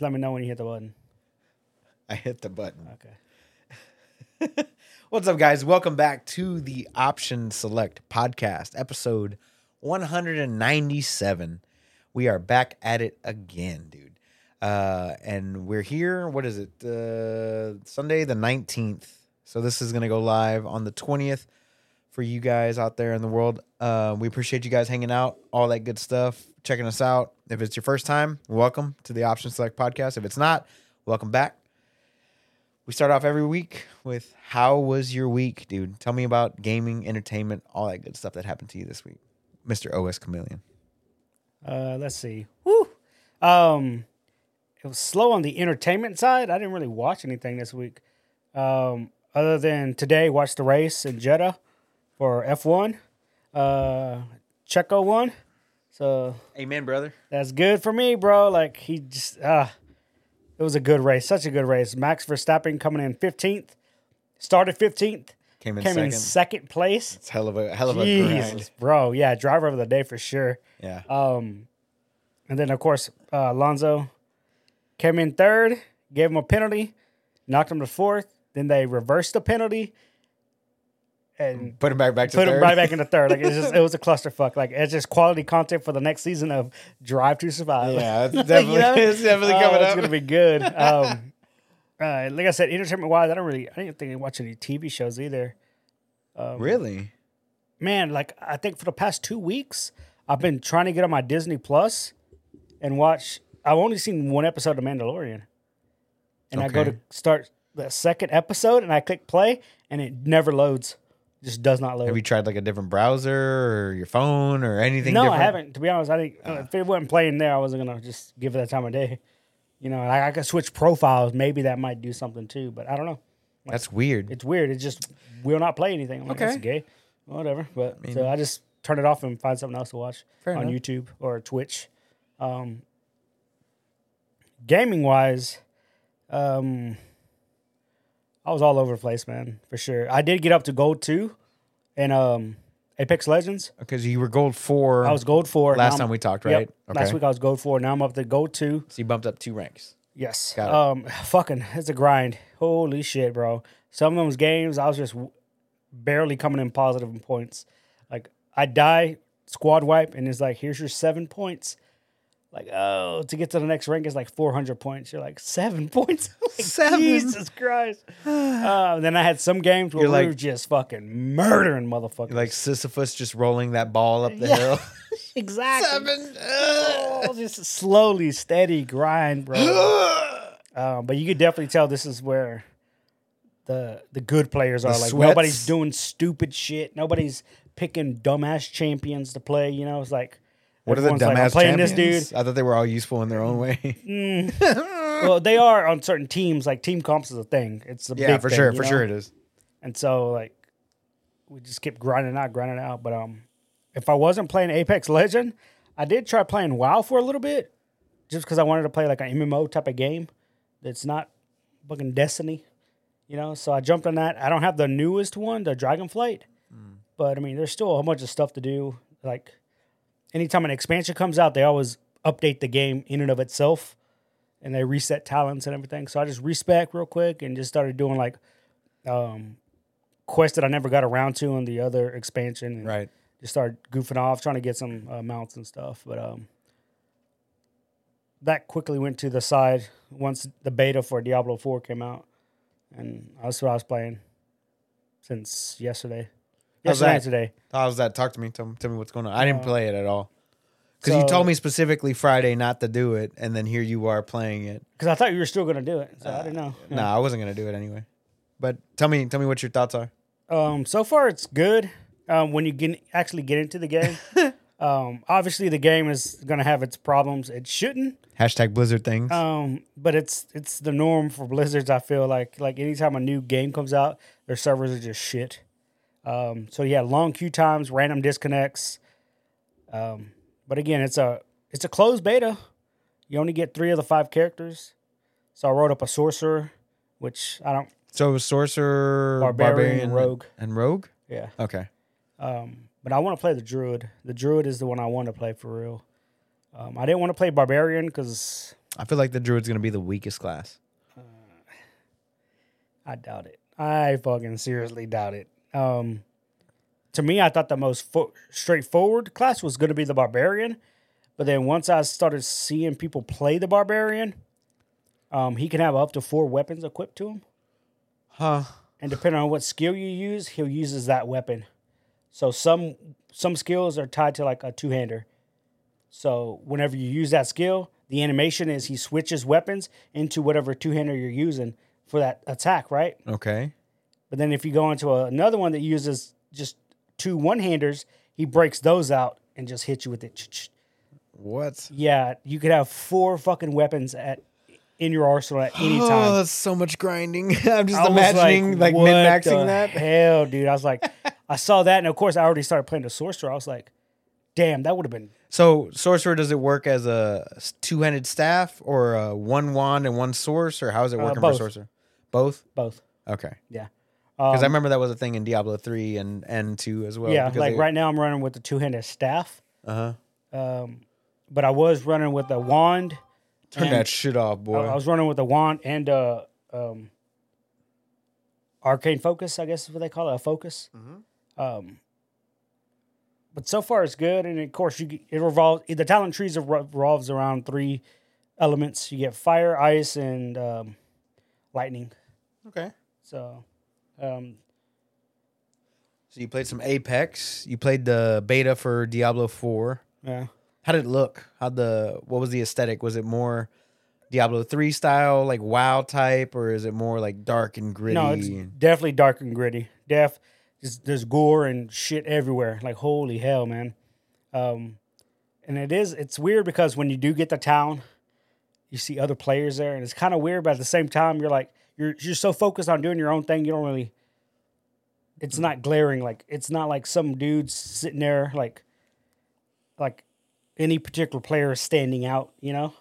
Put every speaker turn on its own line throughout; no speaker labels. let me know when you hit the button.
I hit the button.
Okay.
What's up, guys? Welcome back to the Option Select podcast, episode 197. We are back at it again, dude. Uh, and we're here, what is it? Uh, Sunday the 19th. So this is going to go live on the 20th for you guys out there in the world. Uh, we appreciate you guys hanging out, all that good stuff, checking us out. If it's your first time, welcome to the Option Select podcast. If it's not, welcome back. We start off every week with how was your week, dude? Tell me about gaming, entertainment, all that good stuff that happened to you this week, Mister OS Chameleon.
Uh, let's see. Woo. Um, it was slow on the entertainment side. I didn't really watch anything this week, um, other than today. Watched the race in Jeddah for F one, uh, Checo won, so
Amen, brother.
that's good for me, bro. Like he just, uh, it was a good race, such a good race. Max Verstappen coming in fifteenth, started fifteenth,
Came in
came in
second.
second place.
It's hell of a hell of a grind.
Jesus, bro, yeah, driver of the day for sure.
Yeah,
Um, and then of course uh, Alonso came in third, gave him a penalty, knocked him to fourth. Then they reversed the penalty and
put him back back to
put
third.
him right back into third. Like it's just it was a clusterfuck. Like it's just quality content for the next season of Drive to Survive.
Yeah, it's definitely, it's definitely
Oh,
coming
it's
up.
gonna be good. Um, uh, like I said, entertainment wise, I don't really, I didn't think I watch any TV shows either.
really?
man, like I think for the past two weeks, I've been trying to get on my Disney Plus and watch. I've only seen one episode of Mandalorian, and I go
Okay.
to start the second episode, and I click play, and it never loads. Just does not load.
Have you tried like a different browser or your phone or anything?
no,
different?
I haven't. To be honest, I think uh, if it wasn't playing there, I wasn't gonna just give it that time of day. You know, I, I could switch profiles. Maybe that might do something too, but I don't know.
That's weird.
It's weird. It just will not play anything. I'm like,
Okay.
that's gay. Whatever. But so I just turn it off and find something else to watch
Fair
on
enough.
YouTube or Twitch. Um, gaming wise, um, I was all over the place, man, for sure. I did get up to gold two and um, Apex Legends.
Because you were gold four.
I was gold four.
Oh. Last
Now I'm-
time we talked,
Yep.
right?
Last week I was gold four. Now I'm up to gold two.
so you bumped up two ranks.
Yes.
Got it.
Um, fucking, it's a grind. Holy shit, bro. Some of those games, I was just w- barely coming in positive in points. Like, I die, squad wipe, and it's like, here's your seven points. Like, oh, to get to the next rank is like 400 points. You're like, seven points? Like,
Seven?
Jesus Christ. uh, then I had some games where
You're
we
like-
were just fucking murdering motherfuckers.
Like Sisyphus just rolling that ball up the
Yeah.
hill.
exactly.
Seven.
Oh, just slowly, steady grind, bro. Um, but you could definitely tell this is where the the good players are. like
sweats.
nobody's doing stupid shit. Nobody's picking dumbass champions to play. You know, it's like
What are the
everyone's like, I'm
dumbass
playing
champions?
this dude.
I thought they were all useful in their own way.
Well, they are on certain teams. Like team comps is a thing. It's a
yeah,
big
for
thing,
sure,
you
for
know?
sure it is.
And so like we just kept grinding out, grinding out. But um, if I wasn't playing Apex Legend, I did try playing WoW for a little bit, just because I wanted to play like an MMO type of game that's not fucking Destiny, you know. So I jumped on that. I don't have the newest one, the Dragonflight, but I mean, there's still a whole bunch of stuff to do. Like anytime an expansion comes out, they always update the game in and of itself. And they reset talents and everything. So I just respec real quick and just started doing like um, quest that I never got around to in the other expansion. And
Right.
Just started goofing off, trying to get some uh, mounts and stuff. But um, that quickly went to the side once the beta for Diablo 4 came out. And that's what I was playing since yesterday.
How's
Yesterday and
that?
today.
How's that? Talk to me. Tell, me- tell me what's going on. I didn't play it at all. Because you
So-
told me specifically Friday not to do it, and then here you are playing it.
Because I thought you were still going to do it. So I didn't know.
No, I wasn't gonna do it anyway. But tell me, tell me what your thoughts are.
Um, so far, it's good. Um, when you get actually get into the game, um, obviously the game is going to have its problems. It shouldn't,
Hashtag Blizzard things.
um, but it's it's the norm for Blizzards. I feel like like anytime a new game comes out, their servers are just shit. Um, so yeah, long queue times, random disconnects. Um, but again, it's a it's a closed beta. You only get three of the five characters. So I wrote up a sorcerer, which I don't.
so sorcerer,
Barbarian,
barbarian,
rogue.
and rogue.
Yeah.
Okay.
Um, but I want to play the druid. The druid is the one I want to play for real. Um, I didn't want to play barbarian because
I feel like the druid's gonna be the weakest class.
I doubt it. I fucking seriously doubt it. Um, to me, I thought the most fo- straightforward class was going to be the barbarian, but then once I started seeing people play the barbarian, um, he can have up to four weapons equipped to him,
Huh.
and depending on what skill you use, he uses that weapon. So some some skills are tied to like a two hander. So whenever you use that skill, the animation is he switches weapons into whatever two hander you're using for that attack, right?
Okay.
But then if you go into a, another one that uses just two one handers, he breaks those out and just hits you with it. Ch-ch.
What?
Yeah, you could have four fucking weapons at in your arsenal at any
Oh,
time.
that's so much grinding. I'm just
I was
imagining like,
what
min maxing
the
that.
Hell, dude. I was like, I saw that, and of course, I already started playing the sorcerer. I was like, damn, that would have been.
So sorcerer, does it work as a two handed staff or a one wand and one source, or how is it working for
Uh, both.
sorcerer? Both.
Both.
Okay.
Yeah.
Because I
Um,
remember that was a thing in Diablo three and and two as well.
yeah,
because
like
they-
right now I'm running with the two handed staff,
Uh-huh.
um, but I was running with a wand.
Turn
and-
that shit off, boy.
I, I was running with a wand and uh um arcane focus, I guess is what they call it, a focus. Um, but so far it's good, and of course you get- it revolves the talent trees revol- revolves around three elements. You get fire, ice, and um, lightning.
okay.
So um,
So you played some Apex. You played the beta for Diablo four.
yeah,
How did it look? How the what was the aesthetic? Was it more Diablo three style, like WoW type, or is it more like dark and gritty?
no, it's definitely dark and gritty. Def, just, there's gore and shit everywhere. Like holy hell, man. Um, and it is it's weird because when you do get to town, you see other players there, and it's kind of weird. But at the same time, you're like you're you're so focused on doing your own thing, you don't really. It's not glaring like it's not like some dude's sitting there like, like, any particular player is standing out. You know.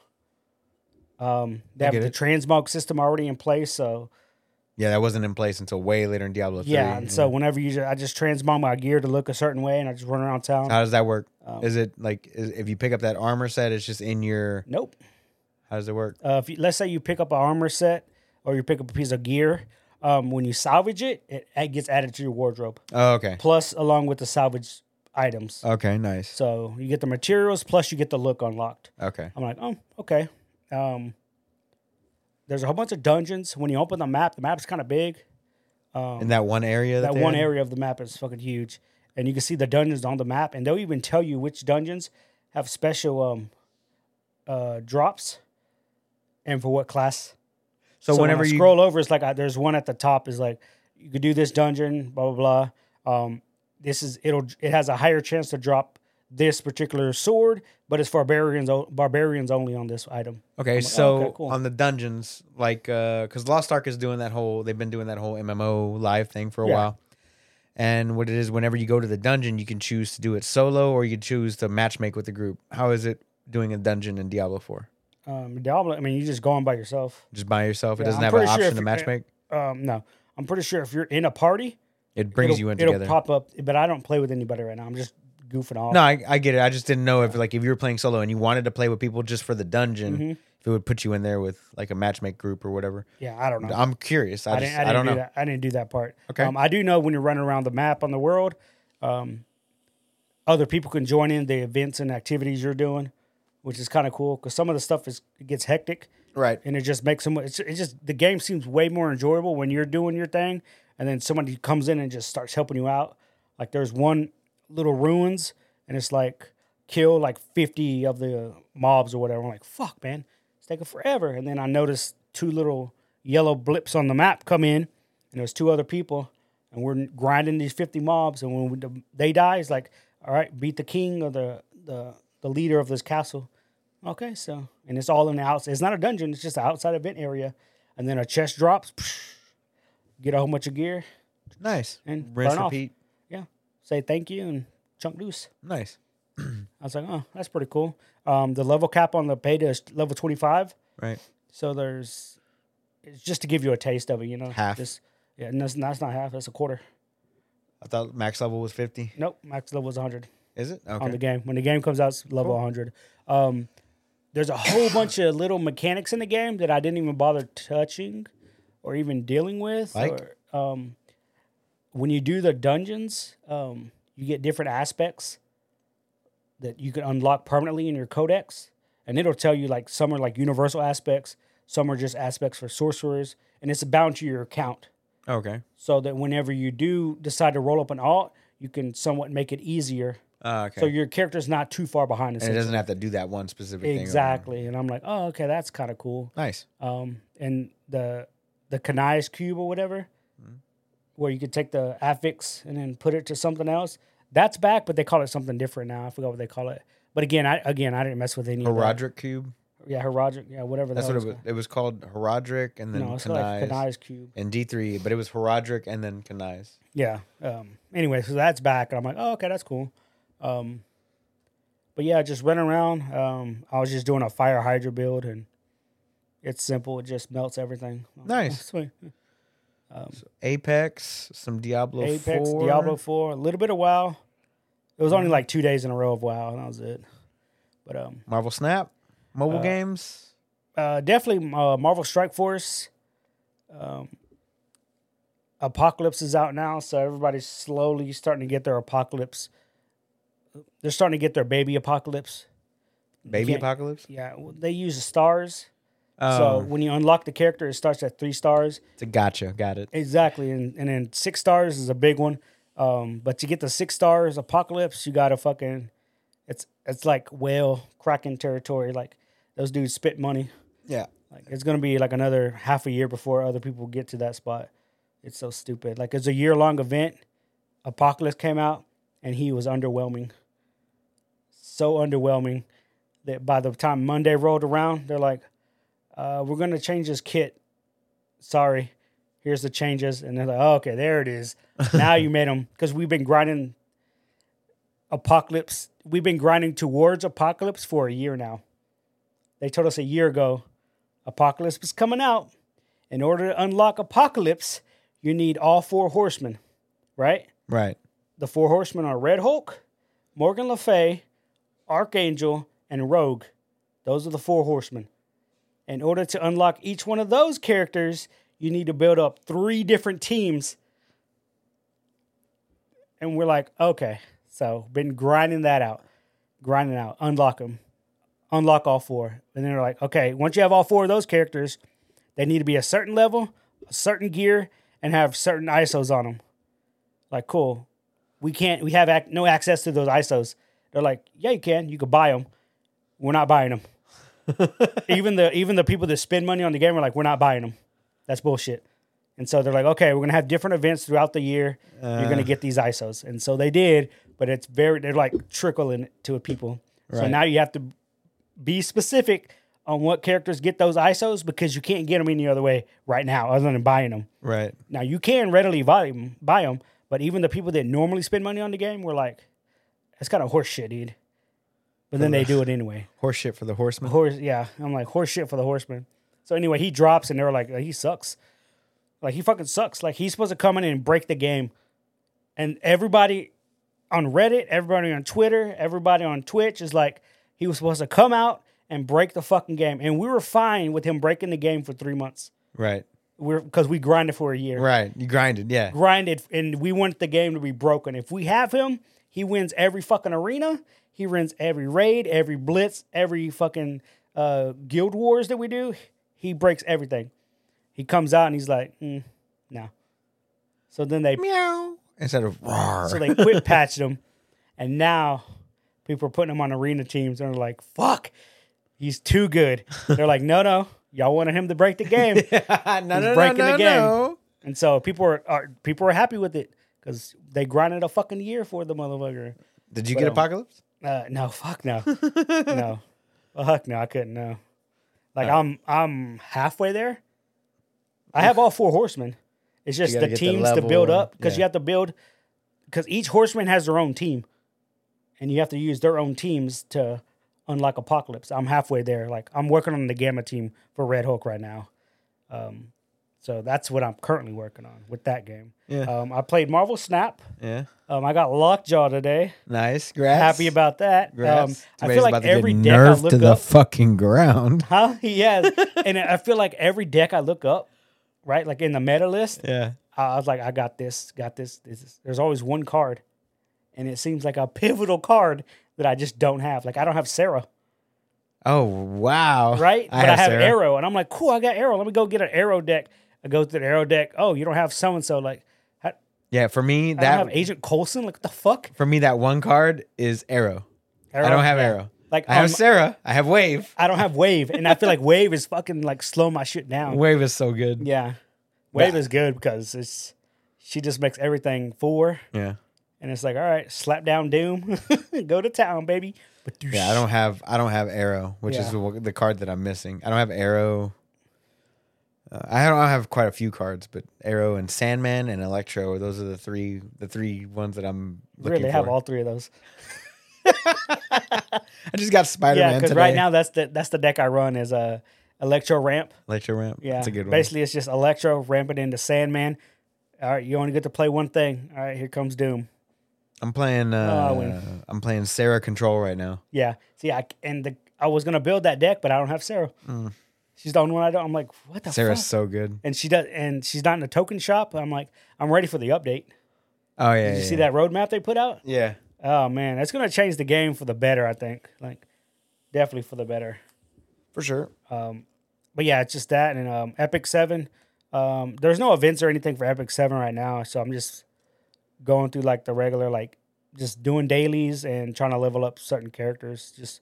Um, they have
get
the
it.
transmog system already in place, so
yeah, that wasn't in place until way later in Diablo three.
yeah. And so whenever you, ju- I just transmog my gear to look a certain way, and I just run around town.
how does that work?
Um,
is it like is, if you pick up that armor set, it's just in your?
nope.
How does it work?
Uh, if you, let's say you pick up an armor set or you pick up a piece of gear, um, when you salvage it, it, it gets added to your wardrobe,
Oh, okay.
plus along with the salvage items.
Okay, nice.
So you get the materials, plus you get the look unlocked.
Okay.
I'm like, oh, okay. Um, there's a whole bunch of dungeons. When you open the map, the map's kind of big. Um,
In that one area.
that
they
one
had?
area of the map is fucking huge, and you can see the dungeons on the map, and they'll even tell you which dungeons have special um, uh, drops, and for what class.
So,
when I
whenever you
scroll over, it's like I, there's one at the top. Is like you could do this dungeon, blah blah blah. Um, this is it'll it has a higher chance to drop this particular sword, but it's barbarians o- barbarians only on this item.
Okay,
like, oh,
so
okay, cool.
on the dungeons, like, because Lost Ark is doing that whole, they've been doing that whole MMO live thing for a
Yeah.
while. And what it is, whenever you go to the dungeon, you can choose to do it solo or you choose to matchmake with the group. How is it doing a dungeon in Diablo 4?
Um, Diablo, I mean, you just go on by yourself.
Just by yourself? It
Yeah,
doesn't
I'm
have an
pretty sure
option
if
to
you-
matchmake?
Um, no, I'm pretty sure if you're in a party,
It brings
it'll,
you in
it'll
together.
pop up, but I don't play with anybody right now. I'm just goofing off.
no, I, I get it. I just didn't know if, like, if you were playing solo and you wanted to play with people just for the dungeon,
Mm-hmm.
if it would put you in there with, like, a matchmake group or whatever.
Yeah, I don't know.
I'm curious. I,
I
just,
didn't,
I,
I didn't
don't
do
know.
that. I didn't do that part.
Okay.
Um, I do know when you're running around the map on the world, um, other people can join in the events and activities you're doing, which is kind of cool because some of the stuff is it gets hectic
Right.
and it just makes them. It's, it just the game seems way more enjoyable when you're doing your thing and then somebody comes in and just starts helping you out. Like there's one little ruins and it's like kill like 50 of the mobs or whatever. I'm like, fuck, man, it's taking forever. And then I noticed two little yellow blips on the map come in and there's two other people and we're grinding these 50 mobs and when we, they die it's like all right beat the king or the the, the leader of this castle okay so and it's all in the outside it's not a dungeon it's just an outside event area and then a chest drops get a whole bunch of gear
Nice.
and
Rinse,
burn off.
repeat.
yeah say thank you and chunk deuce
Nice.
i was like oh that's pretty cool um, the level cap on the beta is level 25
Right.
so there's it's just to give you a taste of it you know
Half.
just, yeah no, that's that's not half that's a quarter
I thought max level was 50.
Nope, max level is 100
Is it?
on the
Okay.
game. When the game comes out, it's level 100. Um, there's a whole bunch of little mechanics in the game that I didn't even bother touching or even dealing with.
Like?
Or, um, when you do the dungeons, um, you get different aspects that you can unlock permanently in your codex, and it'll tell you like some are like universal aspects, some are just aspects for sorcerers, and it's bound to your account
Okay.
so that whenever you do decide to roll up an alt, you can somewhat make it easier.
Uh, okay.
So your character's not too far behind.
and it
essentially.
doesn't have to do that one specific thing. over and over.
Exactly. And I'm like, oh, okay, that's kind of cool.
Nice.
Um, and the the Kanai's cube or whatever,
Mm-hmm.
where you could take the affix and then put it to something else. That's back, but they call it something different now. I forgot what they call it. But again, I again I didn't mess with any. Of
Herodric cube.
that. Yeah, Herodric. Yeah, whatever.
That's
that
what it
was
was. It was called Herodric and then
called. No,
no,
it's like Kanai's cube.
and D three, but it was Herodric and then Kanai's.
Yeah. Um, anyway, so that's back, and I'm like, oh, okay, that's cool. Um, but yeah, I just went around. Um, I was just doing a fire hydra build, and it's simple. It just melts everything.
Nice.
Sweet.
Apex, some Diablo
Apex,
four.
Diablo Four, a little bit of WoW. It was only like two days in a row of WoW, and that was it. But um,
Marvel Snap, mobile games.
uh, definitely uh, Marvel Strike Force. Um, Apocalypse is out now, so everybody's slowly starting to get their Apocalypse. They're starting to get their baby Apocalypse.
Baby
can't-
Apocalypse.
Yeah, well, they use the stars. So
Oh,
when you unlock the character, it starts at three stars.
it's a gotcha. Got it.
Exactly. And, and then six stars is a big one. Um, but to get the six stars apocalypse, you gotta fucking it's it's like whale cracking territory. Like those dudes spit money.
Yeah.
Like it's gonna be like another half a year before other people get to that spot. It's so stupid. Like it's a year long event. Apocalypse came out and he was underwhelming. So underwhelming that by the time Monday rolled around, they're like, uh, we're gonna change this kit. Sorry. Here's the changes. And they're like, oh, okay, there it is. Now you made them because we've been grinding apocalypse. We've been grinding towards apocalypse for a year now. They told us a year ago Apocalypse is coming out. In order to unlock Apocalypse, you need all four horsemen, right?
Right.
The four horsemen are Red Hulk, Morgan Le Fay, Archangel, and Rogue. Those are the four horsemen. In order to unlock each one of those characters, you need to build up three different teams. And we're like, okay, so been grinding that out, grinding out, unlock them, unlock all four. And then they're like, okay, once you have all four of those characters, they need to be a certain level, a certain gear, and have certain ISOs on them. Like, cool. We can't, we have ac- no access to those ISOs. They're like, yeah, you can. You could buy them. We're not buying them. even the even the people that spend money on the game are like, we're not buying them. That's bullshit. And so they're like, okay, we're gonna have different events throughout the year. You're gonna get these ISOs. And so they did, but it's very they're like trickling it to people. So
Right.
now you have to be specific on what characters get those ISOs because you can't get them any other way right now other than buying them.
Right.
Now you can readily buy them, buy 'em, but even the people that normally spend money on the game were like, "That's kind of horse shit, dude." But then they do it anyway.
Horseshit for the horseman.
Horse, yeah. I'm like horse shit for the horseman. So anyway, he drops and they're like, "He sucks." Like he fucking sucks. Like he's supposed to come in and break the game, and everybody on Reddit, everybody on Twitter, everybody on Twitch is like, he was supposed to come out and break the fucking game, and we were fine with him breaking the game for three months.
Right.
We're because we grinded for a year
Right. You grinded. Yeah.
grinded and we want the game to be broken. If we have him, he wins every fucking arena. He wins every raid, every blitz, every fucking uh, guild wars that we do. He breaks everything. He comes out and he's like, mm, no. So then they
Meow. Instead of roar.
so they quit patched him, and now people are putting him on arena teams, and they're like, "Fuck, he's too good." They're like, "No, no, y'all wanted him to break the game."
no, no,
breaking
no,
the game.
no.
And so people are, are people are happy with it because they grinded a fucking year for the motherfucker.
Did you get
Well.
Apocalypse?
Uh, no, fuck no, no, fuck no, I couldn't no. Like I'm I'm halfway there. I have all four horsemen. It's just
gotta
the
get the
teams to
level
build
and-
up because you
yeah.
have to build because each horseman has their own team, and you have to use their own teams to unlock Apocalypse. I'm halfway there. Like I'm working on the Gamma team for Red Hulk right now. Um, So that's what I'm currently working on with that game.
Yeah.
Um, I played Marvel Snap.
yeah.
Um, I got Lockjaw today.
Nice. Grass.
Happy about that. Um,
Congrats.
I
Somebody's
feel
about
like
to get
every deck I
nerfed
look
to the
up,
fucking ground.
huh? Yes, and I feel like every deck I look up, right? Like in the meta list,
Yeah.
I I was like, I got this, got this. this is- There's always one card, and it seems like a pivotal card that I just don't have. Like I don't have Sarah,
Oh wow.
right? but I have
Sarah.
Arrow, and I'm like, cool, I got Arrow. Let me go get an Arrow deck. I go through the Arrow deck. Oh, you don't have so and so. Like I,
Yeah. For me,
I don't have
that
Agent Coulson. Like what the fuck?
for me that one card is arrow.
Arrow?
I don't have
Yeah. Um,
arrow.
Like
I have
on-
Sarah. I have wave.
I don't have Wave, and I feel like Wave is fucking like slow my shit down.
Wave is so good.
Yeah, Wave
But-
is good because it's she just makes everything four,
Yeah.
and it's like, all right, slap down Doom, go to town, baby. But do
Yeah, I don't have I don't have arrow, which is
Yeah.
the, the card that I'm missing. I don't have arrow. Uh, I don't I have quite a few cards, but arrow and Sandman and Electro. Those are the three the three ones that I'm looking
really
for.
have all three of those.
I just got Spider
yeah,
Man
because
today.
right now that's the that's the deck I run is a Electro Ramp.
Electro ramp.
Yeah,
that's a good
basically it's just Electro ramping into Sandman. All right, you only get to play one thing. All right, here comes Doom.
one. I'm playing.
Oh, I
Uh,
win.
I'm playing Sarah Control right now.
Yeah, see, I and the I was gonna build that deck, but I don't have Sarah. She's the only one I don't. I'm like, what the
Hmm. Sarah's
fuck?
so good.
And she does, and she's not in a token shop. I'm like, I'm ready for the update.
Oh yeah.
Did you
yeah,
see that roadmap they put out?
Yeah.
Oh man, that's gonna change the game for the better. I think, like, definitely for the better.
for sure.
But yeah, it's just that and um, Epic Seven. Um, there's no events or anything for Epic Seven right now, so I'm just going through like the regular, like just doing dailies and trying to level up certain characters, just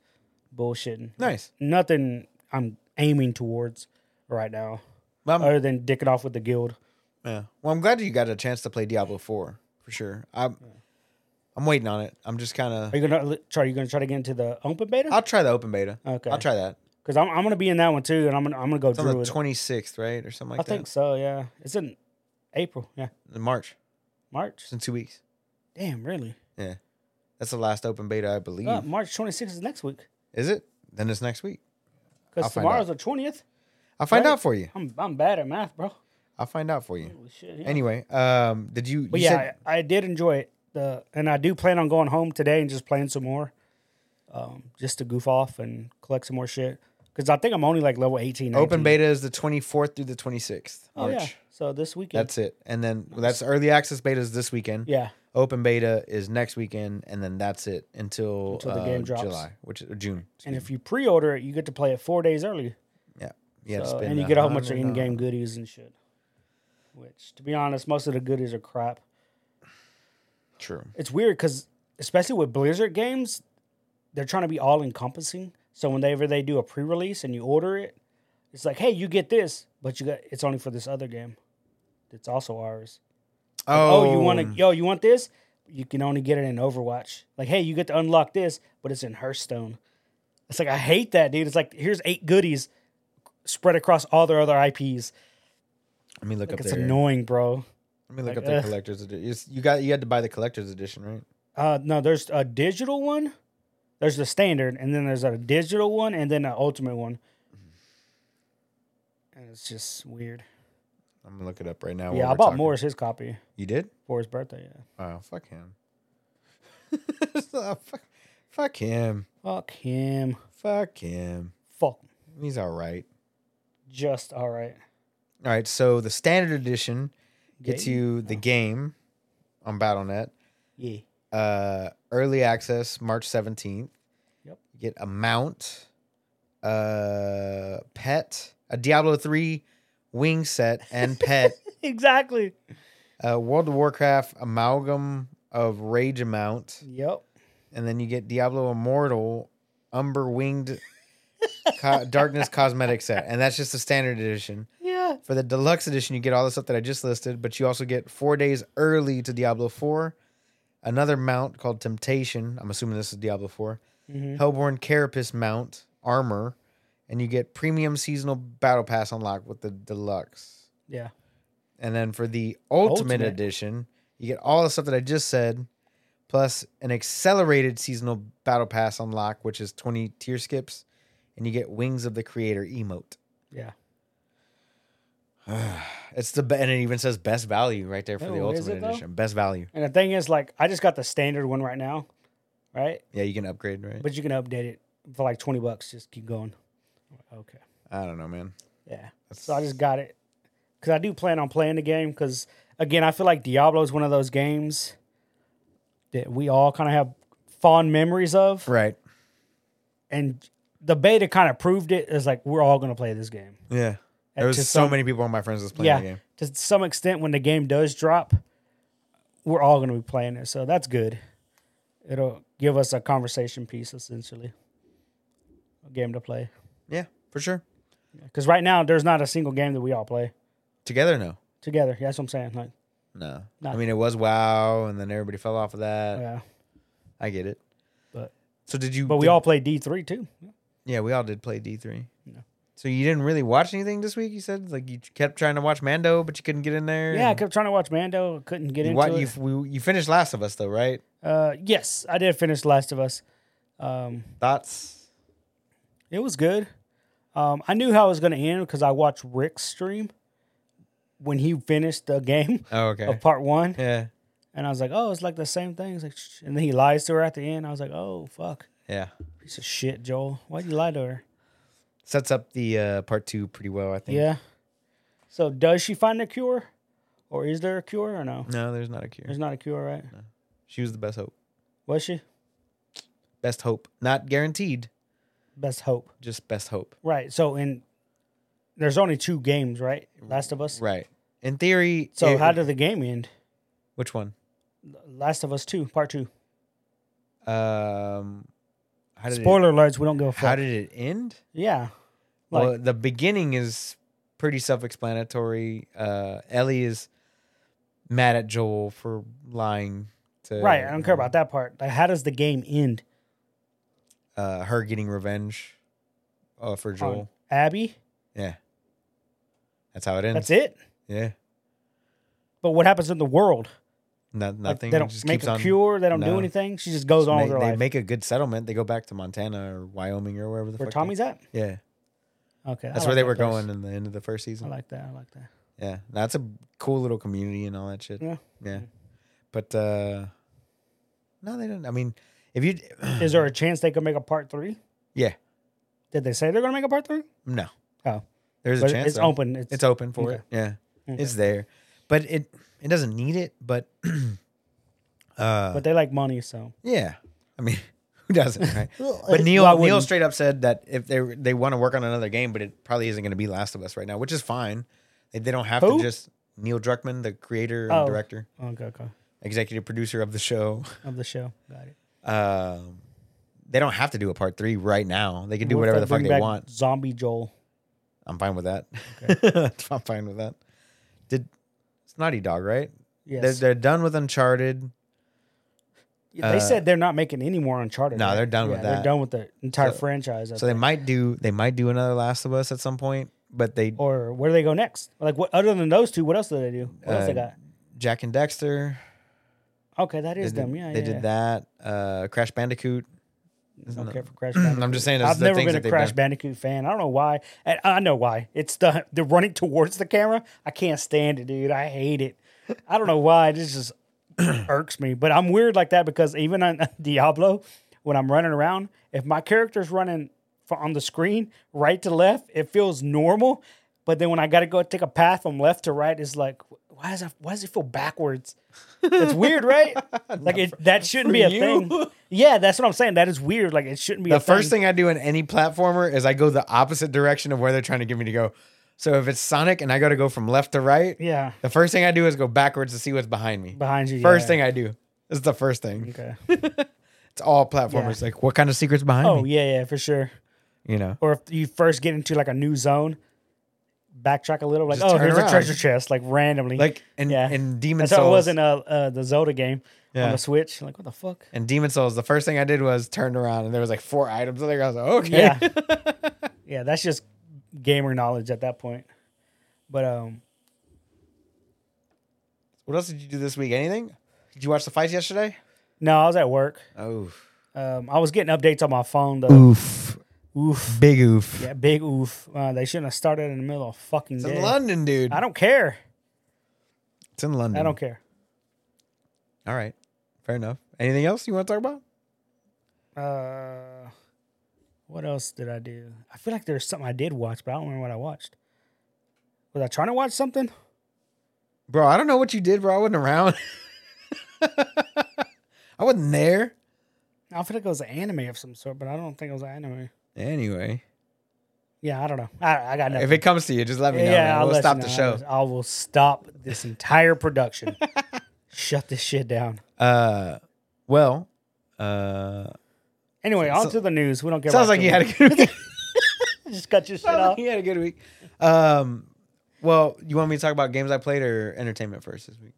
bullshitting.
Nice.
Nothing I'm aiming towards right now,
Well, I'm-
other than dicking off with the guild.
Yeah. Well, I'm glad you got a chance to play Diablo Four for sure. I'm I'm waiting on it. I'm just kind
Are
of.
you gonna li- try? Are you gonna try to get into the open beta?
I'll try the open beta.
Okay.
I'll try that.
Because I'm, I'm gonna be in that one too, and I'm gonna I'm gonna go
It's on
through
the
it.
26th, right, or something
I
like that.
think so. Yeah, it's in April. Yeah,
In March.
March.
It's in two weeks.
Damn, really?
That's the last open beta, I believe.
Uh, March 26th is next week.
Is it? Then it's next week. I'll
Because
find
tomorrow's the 20th.
I'll find
Right.
out for you.
I'm I'm bad at math, bro.
I'll find out for you.
Holy shit. yeah.
Anyway, um, did you?
But
you
yeah,
said-
I, I did enjoy it. The and I do plan on going home today and just playing some more, um, just to goof off and collect some more shit. Because I think I'm only like level 18. 19.
open beta is the 24th through the 26th
Oh,
March.
yeah. So this weekend.
That's it. And then that's early access beta is this weekend.
yeah.
Open beta is next weekend, and then that's it until,
Until the
uh,
game drops.
July, which is June.
And if you pre-order it, you get to play it four days early.
Yeah. Yeah.
So- and you get a whole bunch of in-game goodies and shit. Which, to be honest, most of the goodies are crap.
True.
it's weird because especially with Blizzard games, they're trying to be all encompassing. So whenever they do a pre-release and you order it, it's like, hey, you get this, but you got it's only for this other game. It's also ours. Oh, you want to? Yo, you want this? You can only get it in Overwatch. Like, hey, you get to unlock this, but it's in Hearthstone. It's like I hate that, dude. It's like here's eight goodies spread across all their other IPs.
Let me look
Like,
up
it's
their.
annoying, bro.
let me
like,
look
uh,
up their
ugh.
collector's edition. You got. You had to buy the collector's edition, right?
Uh, no, there's a digital one. There's the standard, and then there's a digital one, and then an ultimate one. And it's just weird.
I'm gonna look it up right now.
yeah, I
while Mm-hmm. we're
bought
talking.
Morris his copy
You did?
for his birthday. Yeah.
Oh, fuck him. Oh, fuck, fuck him.
Fuck him.
Fuck him.
Fuck. him.
He's all right.
Just all right.
All right. So the standard edition gets
Game? Oh.
you the game on BattleNet.
Yeah.
uh, early access March 17th.
Yep.
You get a mount, a pet, a Diablo 3 wing set and pet,
Exactly.
a Uh, World of Warcraft amalgam of rage amount,
Yep.
and then you get Diablo Immortal umber winged co- darkness cosmetic set. And that's just the standard edition.
Yeah.
For the deluxe edition, you get all the stuff that I just listed, but you also get four days early to Diablo 4, another mount called Temptation. I'm assuming this is Diablo 4,
Mhm.
Hellborn Carapace mount, armor, and you get premium seasonal battle pass unlocked with the deluxe.
Yeah.
And then for the
Ultimate.
ultimate, edition, you get all the stuff that I just said, plus an accelerated seasonal battle pass unlock, which is 20 tier skips, and you get Wings of the Creator emote.
Yeah.
It's the be- and it even says best value right there for the
Oh, is
ultimate
it though?
edition. Best value.
And the thing is, like, I just got the standard one right now, right?
Yeah, you can upgrade, right?
But you can update it for like twenty bucks. Just keep going. Okay.
I don't know, man.
Yeah. So I just got it because I do plan on playing the game. Because again, I feel like Diablo is one of those games that we all kind of have fond memories of,
Right.
and the beta kind of proved it. It's like we're all gonna play this game. Uh,
Yeah. There was
to
so
some-
many people on my friends that's playing
yeah,
the game.
to some extent, when the game does drop, we're all gonna be playing it. So that's good. It'll give us a conversation piece essentially, a game to play.
Yeah, for sure.
Because right now, there's not a single game that we all play
Together, no,
together. Yeah, that's what I'm saying. Like,
no.
No.
I mean, it was WoW, and then everybody fell off of that.
yeah,
I get it.
But-
so did you?
but we
did-
all play D three too.
Yeah, we all did play D three.
No.
So you didn't really watch anything this week? You said like you kept trying to watch Mando, but you couldn't get in there.
Yeah, I
and
kept trying to watch Mando, couldn't get
you,
into
wa-
it.
you, we- you finished Last of Us though, right?
uh, yes, I did finish Last of Us. Um,
Thoughts?
it was good. Um, I knew how it was going to end because I watched Rick's stream when he finished the game
Oh, okay.
of part one,
Yeah,
and I was like, "Oh, it's like the same thing." It's like, "Shh," and then he lies to her at the end. I was like, "Oh, fuck,
yeah.
piece of shit, Joel. Why'd you lie to her?"
Sets up the uh, part two pretty well, I think.
Yeah. So, does she find a cure, or is there a cure, or no?
No, there's not a cure.
There's not a cure, right?
She was the best hope.
Was she
Best hope, not guaranteed.
best hope?
Just best hope.
Right. So in there's only two games, right? Last of Us.
Right. In theory.
So
it-
how did the game end?
which one?
Last of Us Two, Part Two.
Um, how did
Spoiler alerts. We don't give a
It, how
fuck.
did it end?
yeah. Like
well, the beginning is pretty self-explanatory. Uh, Ellie is mad at Joel for lying to
right. I don't care about that part. Like, how does the game end?
uh, her getting revenge uh, for Joel.
On Um, Abby.
Yeah, that's how it ends.
That's it.
Yeah,
But what happens in the world?
no,
Like,
nothing.
they don't
just
make
keeps
a
on,
cure. They don't do
No.
anything. She just goes on
They,
with her
they
life.
make a good settlement. They go back to Montana or Wyoming or wherever the
where
fuck. they-
Tommy's at?
Yeah,
Okay. I
that's
like
where they
that
were
place.
going in the end of the first season.
I like that. I like that.
Yeah, that's a cool little community and all that shit.
Yeah.
yeah. But uh no, they don't. I mean, if you
Is there a chance they could make a part three?
yeah,
Did they say they're gonna make a part three?
no,
Oh,
there's a
but
chance.
it's
though.
open. It's,
It's open for
Okay.
it. Yeah,
Okay.
it's there, but it it doesn't need it. But uh,
but they like money, so
yeah, I mean, who doesn't, right?
Well,
but
uh,
Neil
well, I
Neil
wouldn't.
straight up said that if they they want to work on another game, but it probably isn't going to be Last of Us right now, which is fine. They, they don't have
Who?
to just Neil Druckmann, the creator and
Oh.
director,
okay, okay.
executive producer of the show.
Of the show. Got it.
um, they don't have to do a part three right now. They can do
What if
whatever the fuck
bring
they
back
want.
Zombie Joel.
I'm fine with that. I'm fine with that. Did it's Naughty Dog right?
Yes.
They're, they're done with Uncharted.
Yeah, they
uh,
said they're not making any more Uncharted.
No,
right?
they're done
Yeah,
with that.
They're done with the entire
So-
franchise. I
So they
think.
might do they might do another Last of Us at some point, but they
or where do they go next? Like what other than those two, what else do they do? What else they
Uh,
got?
Jack and Dexter
Okay, that
they
is
did,
them. Yeah,
they
yeah,
did that. Uh, Crash Bandicoot.
yeah. I don't care for Crash Bandicoot.
I'm just saying. those
I've
are the
never
things
been
that
a
they've
Crash
done.
Bandicoot fan. I don't know why. And I know why. It's the the running towards the camera. I can't stand it, dude. I hate it. I don't know why. This just irks me. But I'm weird like that because even on Diablo, when I'm running around, if my character's running fro- on the screen right to left, it feels normal. But then when I got to go take a path from left to right, it's like, why does it, why does it feel backwards? It's weird, right? Like it, that shouldn't be a
you.
thing. Yeah, that's what I'm saying. That is weird. Like it shouldn't be a
The first thing I do in any platformer is I go the opposite direction of where they're trying to get me to go. So if it's Sonic and I got to go from left to right,
Yeah.
The first thing I do is go backwards to see what's behind me.
behind you.
First
yeah.
thing I do. This is the first thing.
Okay.
It's all platformers. Like, what kind of secrets behind
Oh
me?
yeah, yeah, for sure.
You know,
Or if you first get into like a new zone, backtrack a little. Like,
Just
oh,
turn
here's
around.
a treasure chest, like randomly.
like in
Yeah.
in Demon
that's how
Souls.
it was in uh, uh, the Zelda game
Yeah.
on the Switch. Like what the fuck?
in Demon Souls, the first thing I did was turned around and there was like four items there. I was like, okay,
Yeah, yeah. That's just gamer knowledge at that point. But um,
what else did you do this week? Anything? Did you watch the fights yesterday?
no, I was at work.
Oh,
Um, I was getting updates on my phone though.
oof,
Oof.
Big oof.
Yeah, big oof. Uh, they shouldn't have started in the middle of fucking
It's in
day.
London, dude.
I don't care.
It's in London.
I don't care.
All right. Fair enough. Anything else you want to talk about?
Uh, what else did I do? I feel like there's something I did watch, but I don't remember what I watched. Was I trying to watch something?
Bro, I don't know what you did, bro. I wasn't around. I wasn't there.
I feel like it was an anime of some sort, but I don't think it was an anime.
Anyway,
Yeah, I don't know. I, I got nothing.
if it comes to you, just let me know.
yeah,
man.
I'll
We'll
let
stop
you
the
know.
show.
I will stop this entire production. Shut this shit down.
Uh, well, uh,
Anyway,
So-
on to the news. We don't care.
sounds
about
like you had a
Google.
good week.
just cut your shit
Sounds like
off.
you had a good week. Um, well, you want me to talk about games I played or entertainment first this week?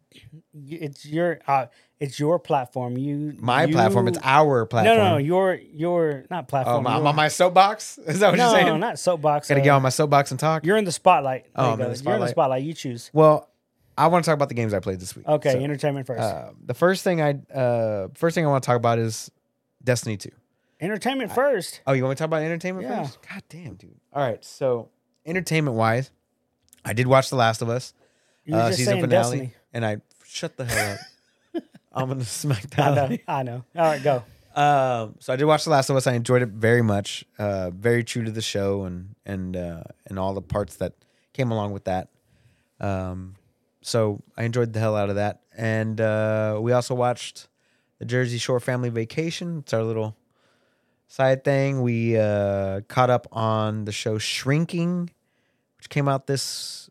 You- It's your uh, it's your platform. You
My
you-
platform. It's our
no,
platform.
no, no, your your not
Oh,
platform.
my- I'm
your-
on my soapbox. Is that what
no,
you're saying?
not soapbox.
Gotta
uh,
get on my soapbox and talk.
You're in the spotlight. There
Oh,
you
I'm
go.
in the
You're in the
spotlight.
spotlight. You choose.
Well, I want to talk about the games I played this week.
Okay,
So,
entertainment first.
uh, the first thing I uh, first thing I want to talk about is Destiny Two.
entertainment first.
Oh, you want me to talk about entertainment
Yeah.
first? God damn, dude. All right, so entertainment wise, I did watch The Last of Us uh,
You're just saying Destiny.
and I shut the hell up. I'm gonna smack
I
that.
know. I know. All right, go.
Um, so I did watch The Last of Us. I enjoyed it very much. Uh, very true to the show and and uh, and all the parts that came along with that. Um, so I enjoyed the hell out of that. And uh, we also watched the Jersey Shore Family Vacation. It's our little side thing. We uh, caught up on the show Shrinking, which came out this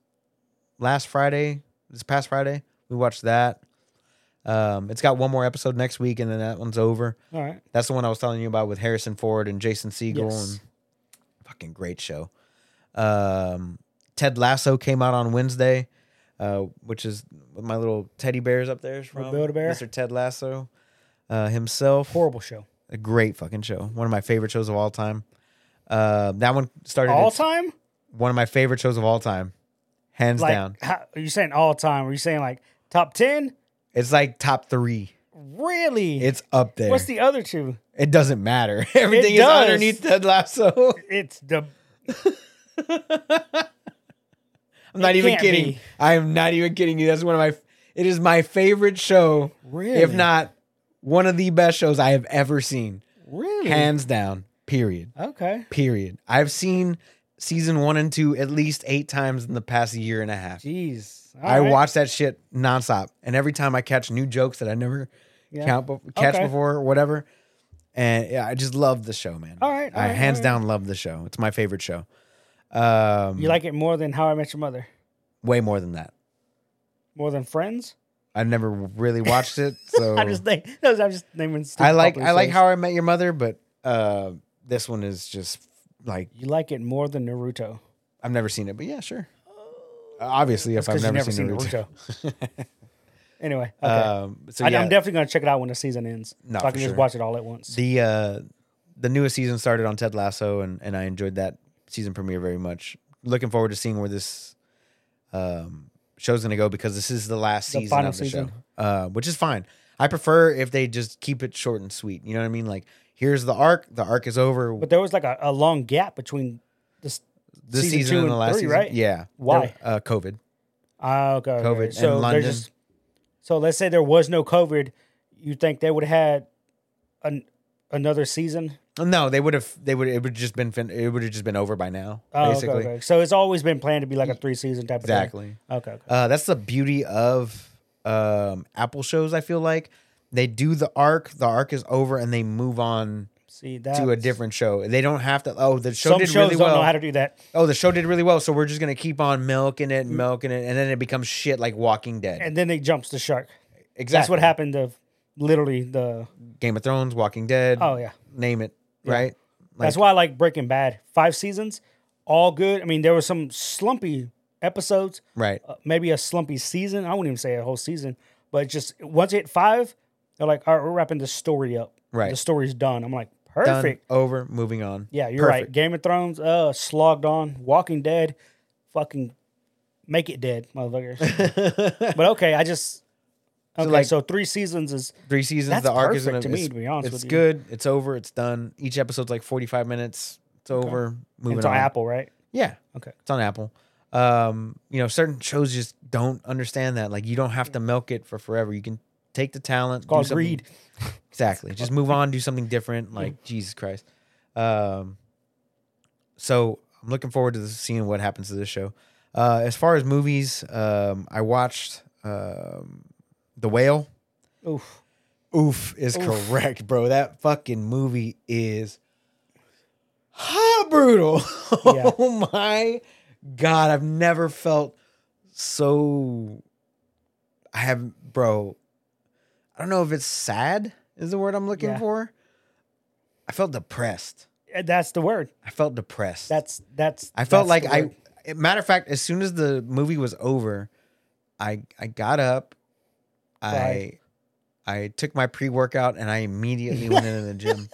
last Friday, this past Friday. We watched that. Um, it's got one more episode next week, and then that one's over.
All right.
That's the one I was telling you about with Harrison Ford and Jason Segel.
Yes.
And fucking great show. Um, Ted Lasso came out on Wednesday, uh, which is what my little teddy bears up there is
Little
from
Build-A-Bear.
Mr. Ted Lasso uh, himself.
Horrible show.
A great fucking show. One of my favorite shows of all time. Uh, that one started
All
its-
time?
one of my favorite shows of all time, hands
Like,
down.
How, are you saying all time? Are you saying like top 10?
It's like top three.
Really?
It's up there.
What's the other two?
it doesn't matter. Everything is
does.
underneath Ted Lasso.
It's the.
I'm not even
can't
kidding.
be.
I am not even kidding you. That's one of my. It is my favorite show, if
Really?
not one of the best shows I have ever seen,
Really?
hands down. Period.
okay.
Period. I've seen season one and two at least eight times in the past year and a half.
Jeez. All
I
right.
watch that shit nonstop, and every time I catch new jokes that I never
Yeah.
count bef- catch
Okay.
before or whatever. And yeah, I just love the show, man.
All right, all
I
right,
hands
all right.
down love the show. It's my favorite show. Um,
You like it more than How I Met Your Mother?
way more than that.
More than Friends?
I've never really watched it, so I,
I'm just, think, I'm just naming stupid
like
popular
Oh. I like
shows.
How I Met Your Mother, but uh, this one is just like
You like it more than Naruto.
I've never seen it, but yeah, sure.
Oh,
Obviously, if I've
Because you've
never,
never
seen,
seen
Naruto,
Naruto. anyway, okay.
um, so
I,
yeah,
I'm definitely gonna check it out when the season ends.
No,
so I
for
can just
sure.
watch it all at once.
the uh, the newest season started on Ted Lasso, and and I enjoyed that season premiere very much. Looking forward to seeing where this um, show's going to go because this is the last
The
season
final
of the
season.
show, uh, which is fine. I prefer if they just keep it short and sweet. You know what I mean? Like here's the arc. The arc is over.
but there was like a, a long gap between this
this
season
season,
two
and
and
the last
three,
season,
right?
Yeah.
Why?
Uh, COVID.
Ah, okay, okay.
COVID
So there's
and London.
just- so let's say there was no COVID, you think they would have had an, another season?
No, they would have. They would. It would just been. Fin- it would have just been over by now.
Oh,
basically.
Okay, okay. So it's always been planned to be like a three season type of
Exactly.
thing. Okay, okay.
Uh, that's the beauty of um, Apple shows. I feel like they do the arc. The arc is over, and they move on
See that
to a different show. They don't have to. Oh, the show
Some
did
shows
really
don't
well.
know how to do that.
oh, the show did really well. So we're just gonna keep on milking it, and milking it, and then it becomes shit like Walking Dead.
Mm. And then they jumps the shark.
exactly.
That's what happened to literally the
Game of Thrones, Walking Dead.
Oh, yeah.
Name it. Right.
That's why I like Breaking Bad. Five seasons, all good. I mean, there were some slumpy episodes,
Right.
uh, maybe a slumpy season. I wouldn't even say a whole season, but just once it hit five, they're like, all right, we're wrapping the story up.
Right.
The story's done. I'm like,
Done,
perfect.
over. Moving on.
Yeah, you're right. Game of Thrones, uh, slogged on. Walking Dead, fucking make it dead, motherfuckers. but okay, I just. Okay, so,
like-
three seasons is
three seasons.
That's
the arc is
perfect
gonna,
to me,
it's-
to be honest
It's
with you.
good. It's over. It's done. Each episode's like forty five minutes, It's over. Moving
It's on
on.
Apple, right?
Yeah.
Okay.
It's on Apple. Um, you know, certain shows just don't understand that. Like you don't have to milk it for forever. You can take the talent, do
Called
something-
Greed.
Exactly. Just move on, do something different. Like Jesus Christ. Um, so I'm looking forward to this, seeing what happens to this show. Uh, as far as movies, um, I watched um, The Whale.
Oof.
Oof is
Oof.
correct, bro. That fucking movie is ha brutal.
Yeah.
oh my god, I've never felt so I have bro. I don't know if it's sad is the word I'm looking
Yeah.
for. I felt depressed.
Eh, That's the word.
I felt depressed.
That's that's.
I felt
that's
like
the
I.
word.
Matter of fact, as soon as the movie was over, I I got up, I
Cried.
I took my pre workout and I immediately went into the gym.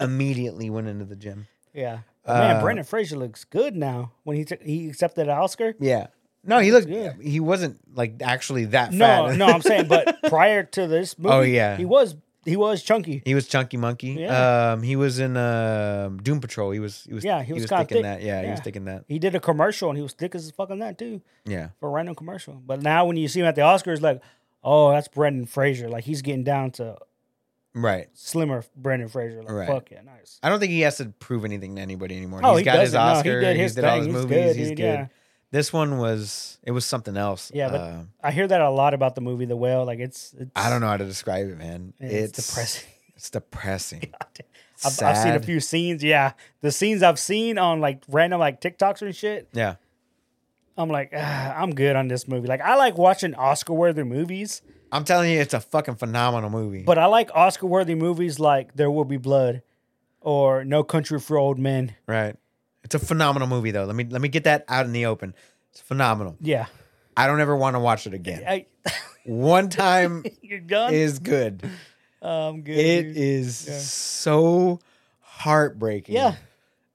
immediately went into the gym.
Yeah. But Man,
Uh,
Brendan Fraser looks good now. When he took, he accepted an Oscar.
Yeah. No, he looked.
Yeah.
He wasn't like actually that
No,
fat.
no, I'm saying, but prior to this movie,
Oh, yeah.
he was he was chunky.
he was chunky monkey.
Yeah.
Um, he was in um Doom Patrol. He was. He was.
Yeah, he was kinda
thinking
thick.
that. Yeah, he was
Yeah.
thinking that.
He did a commercial and he was thick as fucking that too
Yeah.
for a random commercial. But now when you see him at the Oscars, like, oh, that's Brendan Fraser. Like he's getting down to
Right.
slimmer Brendan Fraser. Like
Right.
fuck yeah, nice.
I don't think he has to prove anything to anybody anymore.
Oh,
he's
he
got his
doesn't. No, he
Oscar.
did
he
his
did all
thing.
his
He's
movies.
good,
he's
dude,
good.
yeah.
This one was it was something else.
Yeah, but-
Uh,
I hear that a lot about the movie The Whale. Like it's, it's
I don't know how to describe it, man.
It's depressing.
It's depressing.
I've, I've seen a
Sad.
few scenes. Yeah, the scenes I've seen on like random like TikToks and shit.
Yeah,
I'm like, ah, I'm good on this movie. Like I like watching Oscar-worthy movies,
I'm telling you, it's a fucking phenomenal movie.
but I like Oscar-worthy movies like There Will Be Blood or No Country for Old Men.
right, it's a phenomenal movie though. Let me let me get that out in the open. It's phenomenal.
Yeah,
I don't ever want to watch it again.
I,
One time
you're done.
is good.
I'm good.
It
dude.
is
Yeah.
so heartbreaking.
Yeah.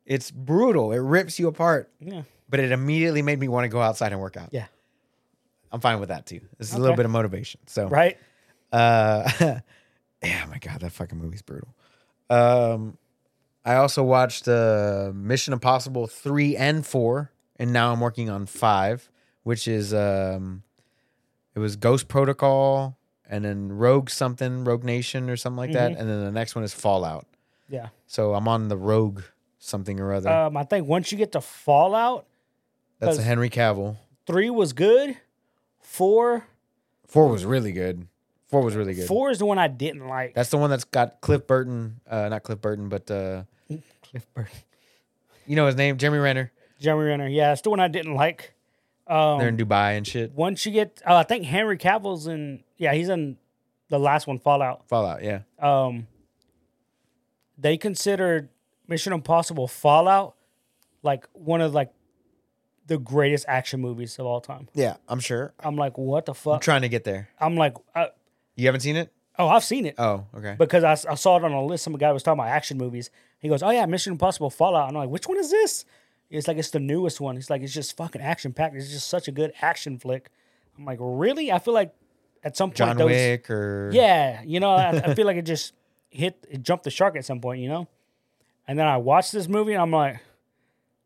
it's brutal. It rips you apart.
yeah,
but it immediately made me want to go outside and work out.
Yeah.
I'm fine with that too. This is a little
Okay.
bit of motivation. So,
right.
uh, yeah, my God, that fucking movie's brutal. Um, I also watched uh, Mission Impossible 3 and 4, and now I'm working on 5, which is um, it was Ghost Protocol and then Rogue something, Rogue Nation or something like that. And then the next one is Fallout.
Mm-hmm. Yeah.
So I'm on the Rogue something or other.
Um, I think once you get to Fallout,
That's a
'cause-
Henry Cavill.
three was good. Four,
Four was really good. Four was really good.
four is the one I didn't like.
That's the one that's got Cliff Burton, uh, not Cliff Burton, but uh,
Cliff Burton.
you know his name, Jeremy Renner.
Jeremy Renner. Yeah, it's the one I didn't like. Um,
They're in Dubai and shit.
once you get, oh, I think Henry Cavill's in. Yeah, he's in the last one, Fallout.
Fallout, yeah,
Um, they considered Mission Impossible Fallout like one of like the greatest action movies of all time.
yeah, I'm sure.
I'm like, what the
I'm
fuck?
trying to get there.
I'm like, I,
You haven't seen it?
oh, I've seen it
Oh, okay.
because I, s- I saw it on a list. Some guy was talking about action movies. He goes, oh yeah, Mission Impossible Fallout. And I'm like, which one is this? It's like it's the newest one. It's like it's just fucking action packed. It's just such a good action flick. I'm like, really? I feel like at some point
John
those
Wick or
Yeah, you know, I, I feel like it just hit, it jumped the shark at some point, you know. And then I watched this movie, and I'm like,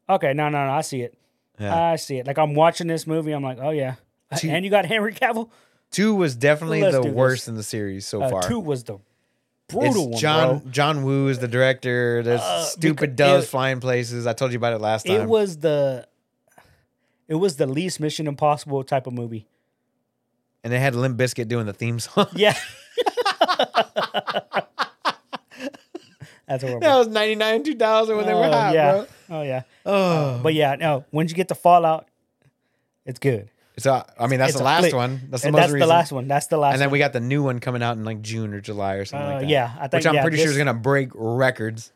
okay, no, no, no, I see it,
Yeah.
I see it. Like I'm watching this movie, I'm like, oh yeah.
Two-
and you got Henry Cavill.
Two was definitely
Let's
the
do this.
worst in the series so
Uh,
far.
two was the
It's
brutal one,
John
bro.
John Woo is the director. There's
Uh,
stupid
becau-
doves
it-
flying places. I told you about it last time.
It was the, it was the least Mission Impossible type of movie.
and they had Limp Biscuit doing the theme song.
Yeah. That's horrible.
that was 99 2000 when they were
Oh,
hot,
yeah.
bro.
Oh yeah.
Oh,
But yeah, no. Once you get to Fallout, it's good.
So I mean, that's
It's
the
a
last
flick.
one. That's the
And
most
that's
recent.
the last one. That's the last.
and then we got the new one coming out in like June or July or something
Uh,
like that.
yeah, I
which
think,
I'm
yeah,
pretty sure is
this-
gonna break records.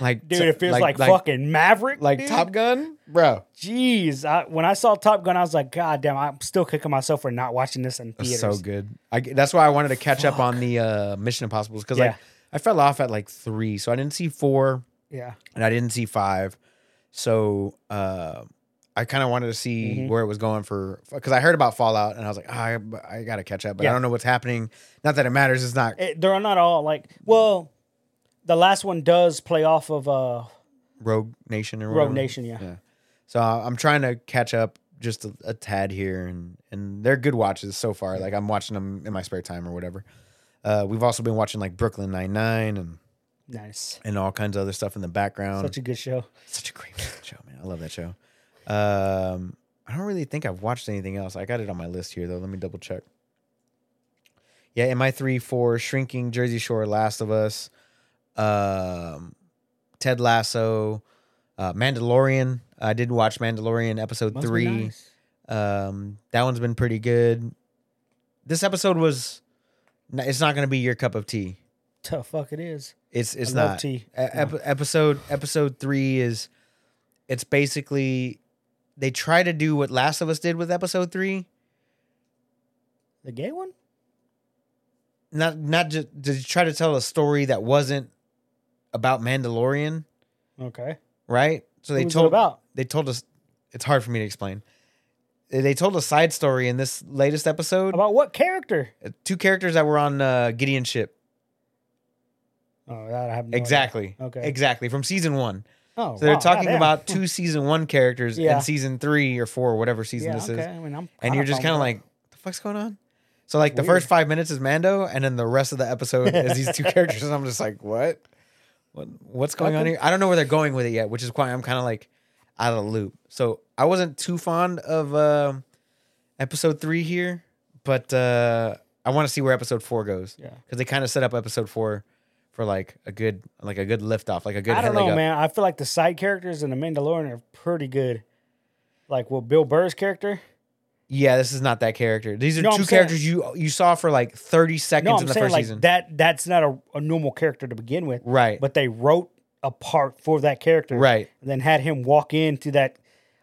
Like,
dude.
t-
It feels like, fucking Maverick.
like
dude.
Top Gun, bro.
Jeez, I, when I saw Top Gun, I was like, God damn! I'm still kicking myself for not watching this in
That's
theaters.
so good. I, that's why I wanted to catch up on the uh, Mission Impossible because like
Yeah.
I fell off at like three, so I didn't see four
Yeah,
and I didn't see five, so uh, I kind of wanted to see
Mm-hmm.
where it was going for because I heard about Fallout and I was like, ah, I, I gotta catch up, but I
Yeah.
don't know what's happening. Not that it matters. It's not
It- they're not all like. Well, the last one does play off of uh,
Rogue Nation or whatever.
Rogue Nation, yeah.
Yeah. So I- I'm trying to catch up just a, a tad here, and and they're good watches so far. Like I'm watching them in my spare time or whatever. Uh, we've also been watching like Brooklyn Nine Nine and
Nice.
and all kinds of other stuff in the background.
Such a good show.
Such a great fucking show, man. I love that show. Um, I don't really think I've watched anything else. I got it on my list here though. Let me double check. Yeah, MI three, four, Shrinking, Jersey Shore, Last of Us, um, Ted Lasso, uh, Mandalorian. I did watch Mandalorian episode
Must be
three.
nice.
Um, that one's been pretty good. This episode was. It's not going to be your cup of tea.
Tough fuck it is.
It's it's
I
not
love tea.
E- ep- episode episode three is it's basically they try to do what Last of Us did with episode three.
The gay one?
Not not just to try to tell a story that wasn't about Mandalorian,
Okay.
right? So they
What was it
told
about?
they told us it's hard for me to explain. They- They told a side story in this latest episode.
About what character?
Uh, Two characters that were on uh, Gideon's ship.
Oh, that I have no idea.
Exactly.
Okay.
Exactly. From season one.
Oh,
So they're
wow,
talking
goddamn.
about two season one characters
Yeah.
and season three or four, whatever season
Yeah,
this
okay.
is.
I mean, I'm
and
caught
you're
up
just
on
kind of
that.
like, the fuck's going on? So like the
Weird.
first five minutes is Mando, and then the rest of the episode is these two characters, and I'm just like, what? What what's going on
Okay.
here? I don't know where they're going with it yet, which is why I'm kind of like out of the loop. So I wasn't too fond of um episode three here, but uh, I want to see where episode four goes
Yeah.
because they kind of set up episode four for like a good like a good liftoff, like a good.
I don't
headleg
know,
up.
man. I feel like the side characters in The Mandalorian are pretty good. Like, well, Bill Burr's character.
Yeah, this is not that character. These are
No, I'm
two
saying-
characters you you saw for like 30 seconds
No, I'm
in the
saying
first
like
season.
that. That's not a, a normal character to begin with,
right.
but they wrote a part for that character,
Right.
And then had him walk into that,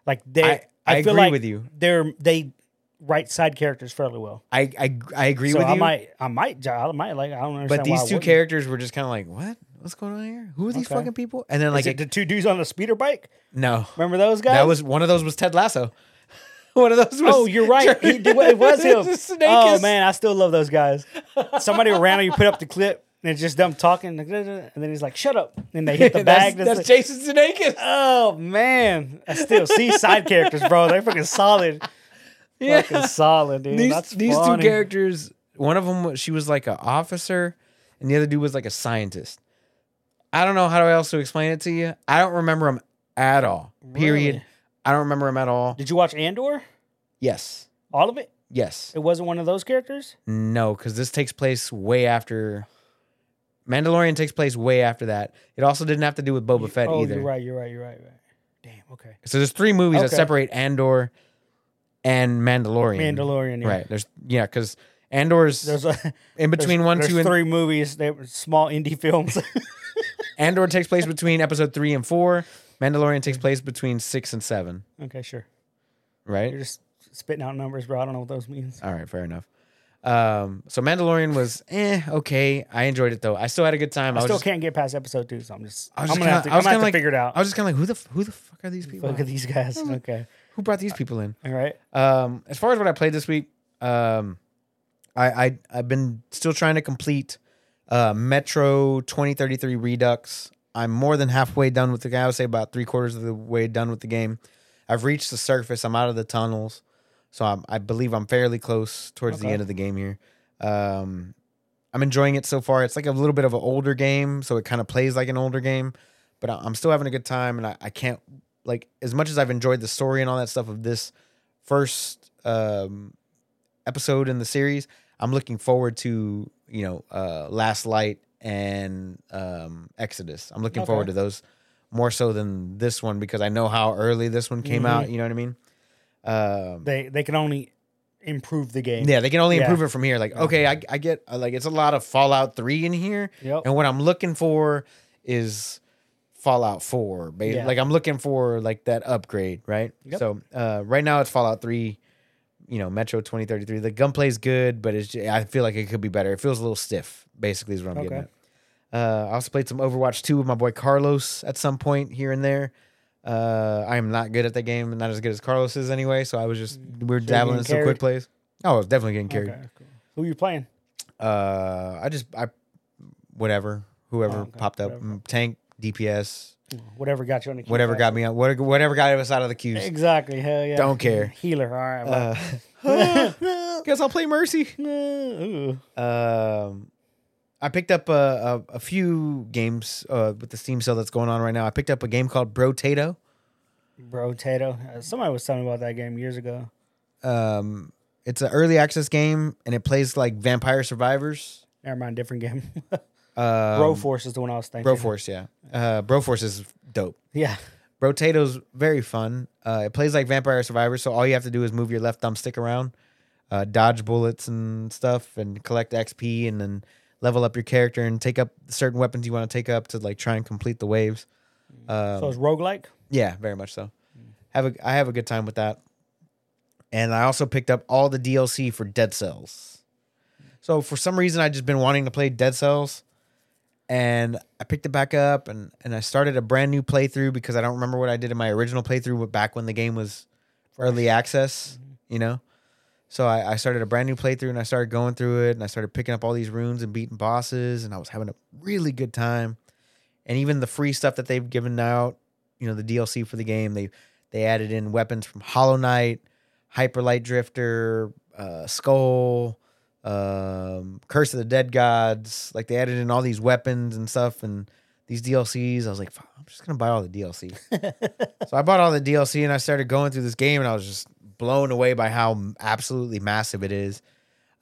like they.
I, I,
feel
agree
like
with you.
They're they write side characters fairly well.
I, I I agree
So
with
I
you.
might, I might, I might like. I don't understand.
but
why
these
I
two
wouldn't.
characters were just kind of like, what? What's going on here? Who are these
Okay.
fucking people? And then
Is
like,
it
it-
the two dudes on the speeder bike.
no,
Remember those guys?
that was one of those was Ted Lasso. one of those. was
Oh, you're right. He, did- it was him.
The snake
Oh
is-
man, I still love those guys. Somebody randomly put up the clip and it's just them talking, like, "Duh, duh," and then he's like, "Shut up!" And they hit the
that's,
bag. That's-
that's Jason Sudeikis.
oh man, I still see side characters, bro. They're fucking solid.
Yeah.
Fucking solid, dude.
these
That's
these
funny.
two characters, one of them she was like an officer, and the other dude was like a scientist. I don't know how else to explain it to you. I don't remember him at all. Period.
Really?
I don't remember him at all.
Did you watch Andor?
Yes.
All of it?
Yes.
It wasn't one of those characters.
No, because this takes place way after. Mandalorian takes place way after that. It also didn't have to do with Boba Fett
oh,
either.
you're right. You're right. You're right. Right. Damn. Okay.
So there's three movies that
Okay.
separate Andor and Mandalorian.
Mandalorian. yeah.
Right. There's yeah, because Andor's
There's a,
in between one,
there's
two, and
three movies. They were small indie films.
Andor takes place between episode three and four. Mandalorian takes place between six and seven.
okay, sure. You're
Right.
just spitting out numbers, bro. I don't know what those means.
All right. Fair enough. Um, so Mandalorian was eh okay. I enjoyed it though. I still had a good time. I,
I
was
still
just,
can't get past episode two, so I'm just
I
I'm
was
gonna
just
have to,
kinda- I
I'm
was
gonna have
kinda
to
like-
figure it out.
I was just kind of like, who the f- who the fuck are these people?
Look at these guys. Okay,
Who brought these people in?
all right.
Um, as far as what I played this week, um, I, I I've been still trying to complete uh, Metro 2033 Redux. I'm more than halfway done with the game. I would say about three quarters of the way done with the game. I've reached the surface. I'm out of the tunnels, so I'm, I believe I'm fairly close towards the
Okay.
end of the game here. Um, I'm enjoying it so far. It's like a little bit of an older game, so it kind of plays like an older game, but I- I'm still having a good time, and I, I can't like as much as I've enjoyed the story and all that stuff of this first um, episode in the series. I'm looking forward to you know uh, Last Light and um, Exodus. I'm looking
Okay.
forward to those more so than this one because I know how early this one came
Mhm.
out. You know what I mean? Um,
They they can only improve the game.
yeah, they can only
Yeah.
improve it from here. Like,
Yeah.
okay, I, I get uh, like it's a lot of Fallout Three in here,
Yep.
and what I'm looking for is Fallout Four. ba-
Yeah.
Like I'm looking for like that upgrade, right?
Yep.
So uh, right now it's Fallout Three. You know, Metro 2033. The gunplay's good, but it's ju- I feel like it could be better. It feels a little stiff. Basically, is what I'm getting
Okay.
at. Uh, I also played some Overwatch 2 with my boy Carlos at some point here and there. Uh, I am not good at that game, not as good as Carlos is anyway. So I was just we are
Mm. you're
dabbling
getting
in some quick
carried?
plays. Oh, I was definitely getting carried.
Okay, cool. Who you playing?
Uh, I just I whatever whoever
Oh, okay.
popped up
Whatever.
Mm, tank DPS
Whatever got you on the queue.
Whatever got me out, what- whatever got us out of the queues.
Exactly. Hell yeah.
Don't care.
Healer. All right.
Uh, guess I'll play Mercy.
bye.
Uh,
Ooh.
Um, I picked up a, a, a few games uh, with the Steam sale that's going on right now. I picked up a game called Brotato.
Bro, Tato. Uh, somebody was telling me about that game years ago.
Um, it's an early access game, and it plays like Vampire Survivors.
Never mind. Different game.
Uh,
Bro Force is the one I was thinking.
Broforce, yeah. Uh, Broforce is dope.
Yeah.
Brotato's very fun. Uh, it plays like Vampire Survivors, so all you have to do is move your left thumbstick around, uh, dodge bullets and stuff, and collect XP, and then level up your character and take up certain weapons you want to take up to like try and complete the waves. Um,
so it's roguelike.
yeah, very much so. Have a I have a good time with that. And I also picked up all the DLC for Dead Cells. So for some reason I just been wanting to play Dead Cells and I picked it back up and and I started a brand new playthrough because I don't remember what I did in my original playthrough but back when the game was early access, you know. So I, I started a brand new playthrough and I started going through it and I started picking up all these runes and beating bosses and I was having a really good time. And even the free stuff that they've given out, you know, the DLC for the game, they they added in weapons from Hollow Knight, Hyperlight Drifter, uh, Skull, um, Curse of the Dead Gods. Like they added in all these weapons and stuff and these DLCs. I was like, "Fuck, I'm just gonna buy all the DLC. so I bought all the DLC and I started going through this game and I was just blown away by how m- absolutely massive it is.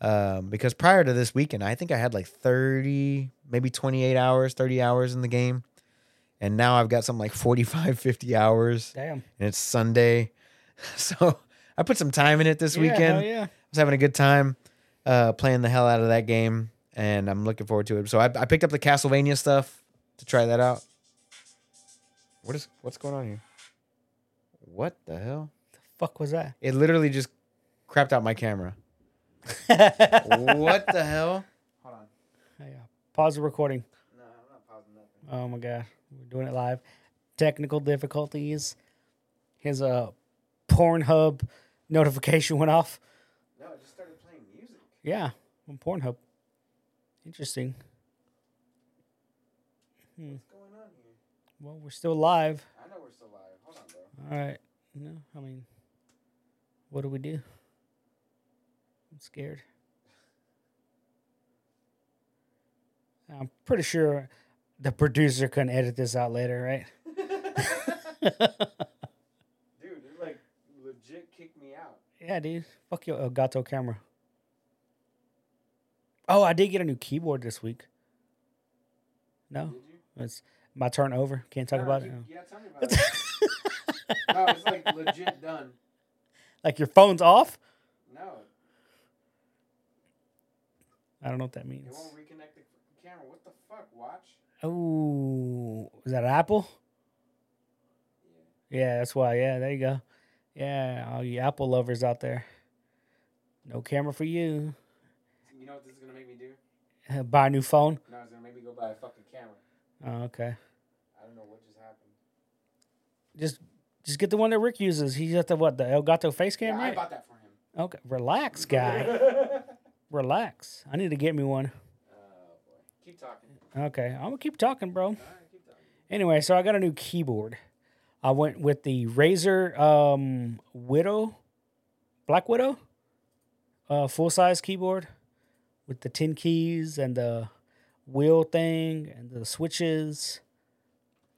Um, because prior to this weekend, I think I had like 30, maybe 28 hours, 30 hours in the game. And now I've got something like 45, 50 hours
Damn.
and it's Sunday. So I put some time in it this
Yeah,
weekend.
hell yeah.
I was having a good time uh, playing the hell out of that game, and I'm looking forward to it. So I, I picked up the Castlevania stuff to try that out. What is what's going on here? What the hell?
Fuck was that?
It literally just crapped out my camera. what the hell?
Hey, uh, pause the recording. No, I'm not pausing nothing. Oh my god, we're doing it live. Technical difficulties. His uh, Pornhub notification went off.
No, it just started playing music.
Yeah, on Pornhub. Interesting.
What's going on here?
Well, we're still live.
I know we're still live. Hold on, bro.
All right. No, I mean, what do we do? I'm scared. I'm pretty sure the producer couldn't edit this out later, right?
Dude, it like legit kicked me out.
Yeah, dude. Fuck your Elgato camera. Oh, I did get a new keyboard this week. No, it's my turn over. Can't talk about it. Oh.
Yeah, tell me about it. no, it's like legit done.
Like your phone's off.
No,
I don't know what that means.
reconnect the camera. What the fuck? Watch.
Oh, is that an apple? Yeah, that's why. Yeah, there you go. Yeah, all you apple lovers out there. No camera for you.
You know what this is gonna make me do?
Buy a new phone.
No, it's gonna make me go buy a fucking camera.
Oh, okay.
I don't know what just happened.
Just just get the one that Rick uses. He's got the what the Elgato face cam, right?
that for him.
Okay, relax, guy. relax. I need to get me one.
Oh boy. Keep talking.
Okay, I'm gonna keep talking, bro.
Alright, keep talking.
Anyway, so I got a new keyboard. I went with the Razer um, Widow, Black Widow, uh, full size keyboard with the 10 keys and the wheel thing and the switches.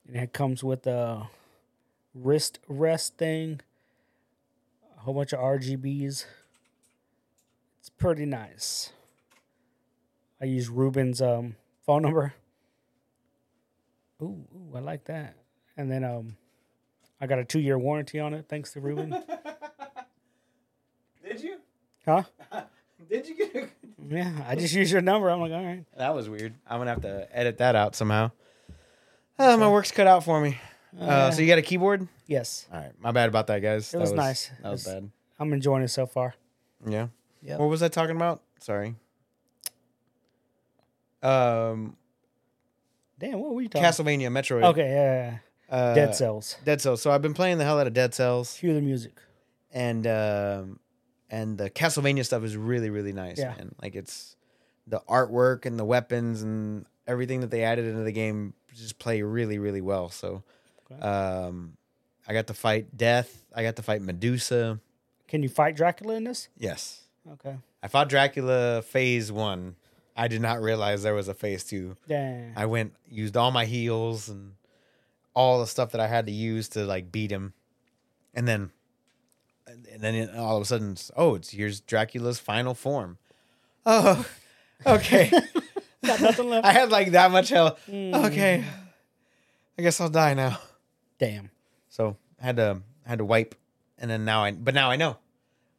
And it comes with a wrist rest thing, a whole bunch of RGBs. It's pretty nice. I use Ruben's um, phone number. Ooh, ooh, I like that. And then um, I got a two year warranty on it, thanks to Ruben.
Did you?
huh?
Did you get a
Yeah, I just use your number. I'm like, all right.
That was weird. I'm gonna have to edit that out somehow. Ah, my work's cut out for me. Uh, so you got a keyboard?
Yes,
All right, my bad about that, guys. That
was nice.
That was
It's-
bad.
I'm enjoying it so far.
Yeah.
Yep.
What was I talking about? Sorry. Um,
Damn, what were you talking?
Castlevania, Metroid.
Okay, yeah, yeah,
Uh,
yeah. Dead Cells.
Dead Cells. So I've been playing the hell out of Dead Cells,
Cue the music.
and um, and the Castlevania stuff is really really nice,
Yeah.
man. Like it's the artwork and the weapons and everything that they added into the game just play really, really well. So,
Okay.
um, I got to fight Death. I got to fight Medusa.
Can you fight Dracula in this?
Yes,
Okay.
I fought Dracula Phase One. I did not realize there was a Phase Two.
Damn.
I went used all my heals and all the stuff that I had to use to like beat him, and then and then it- all of a sudden, it's, oh, it's here's Dracula's final form. Oh, okay.
Got nothing left. Mm.
I had like that much health. Okay, I guess I'll die now.
Damn.
So I had to I had to wipe, and then now I but now I know.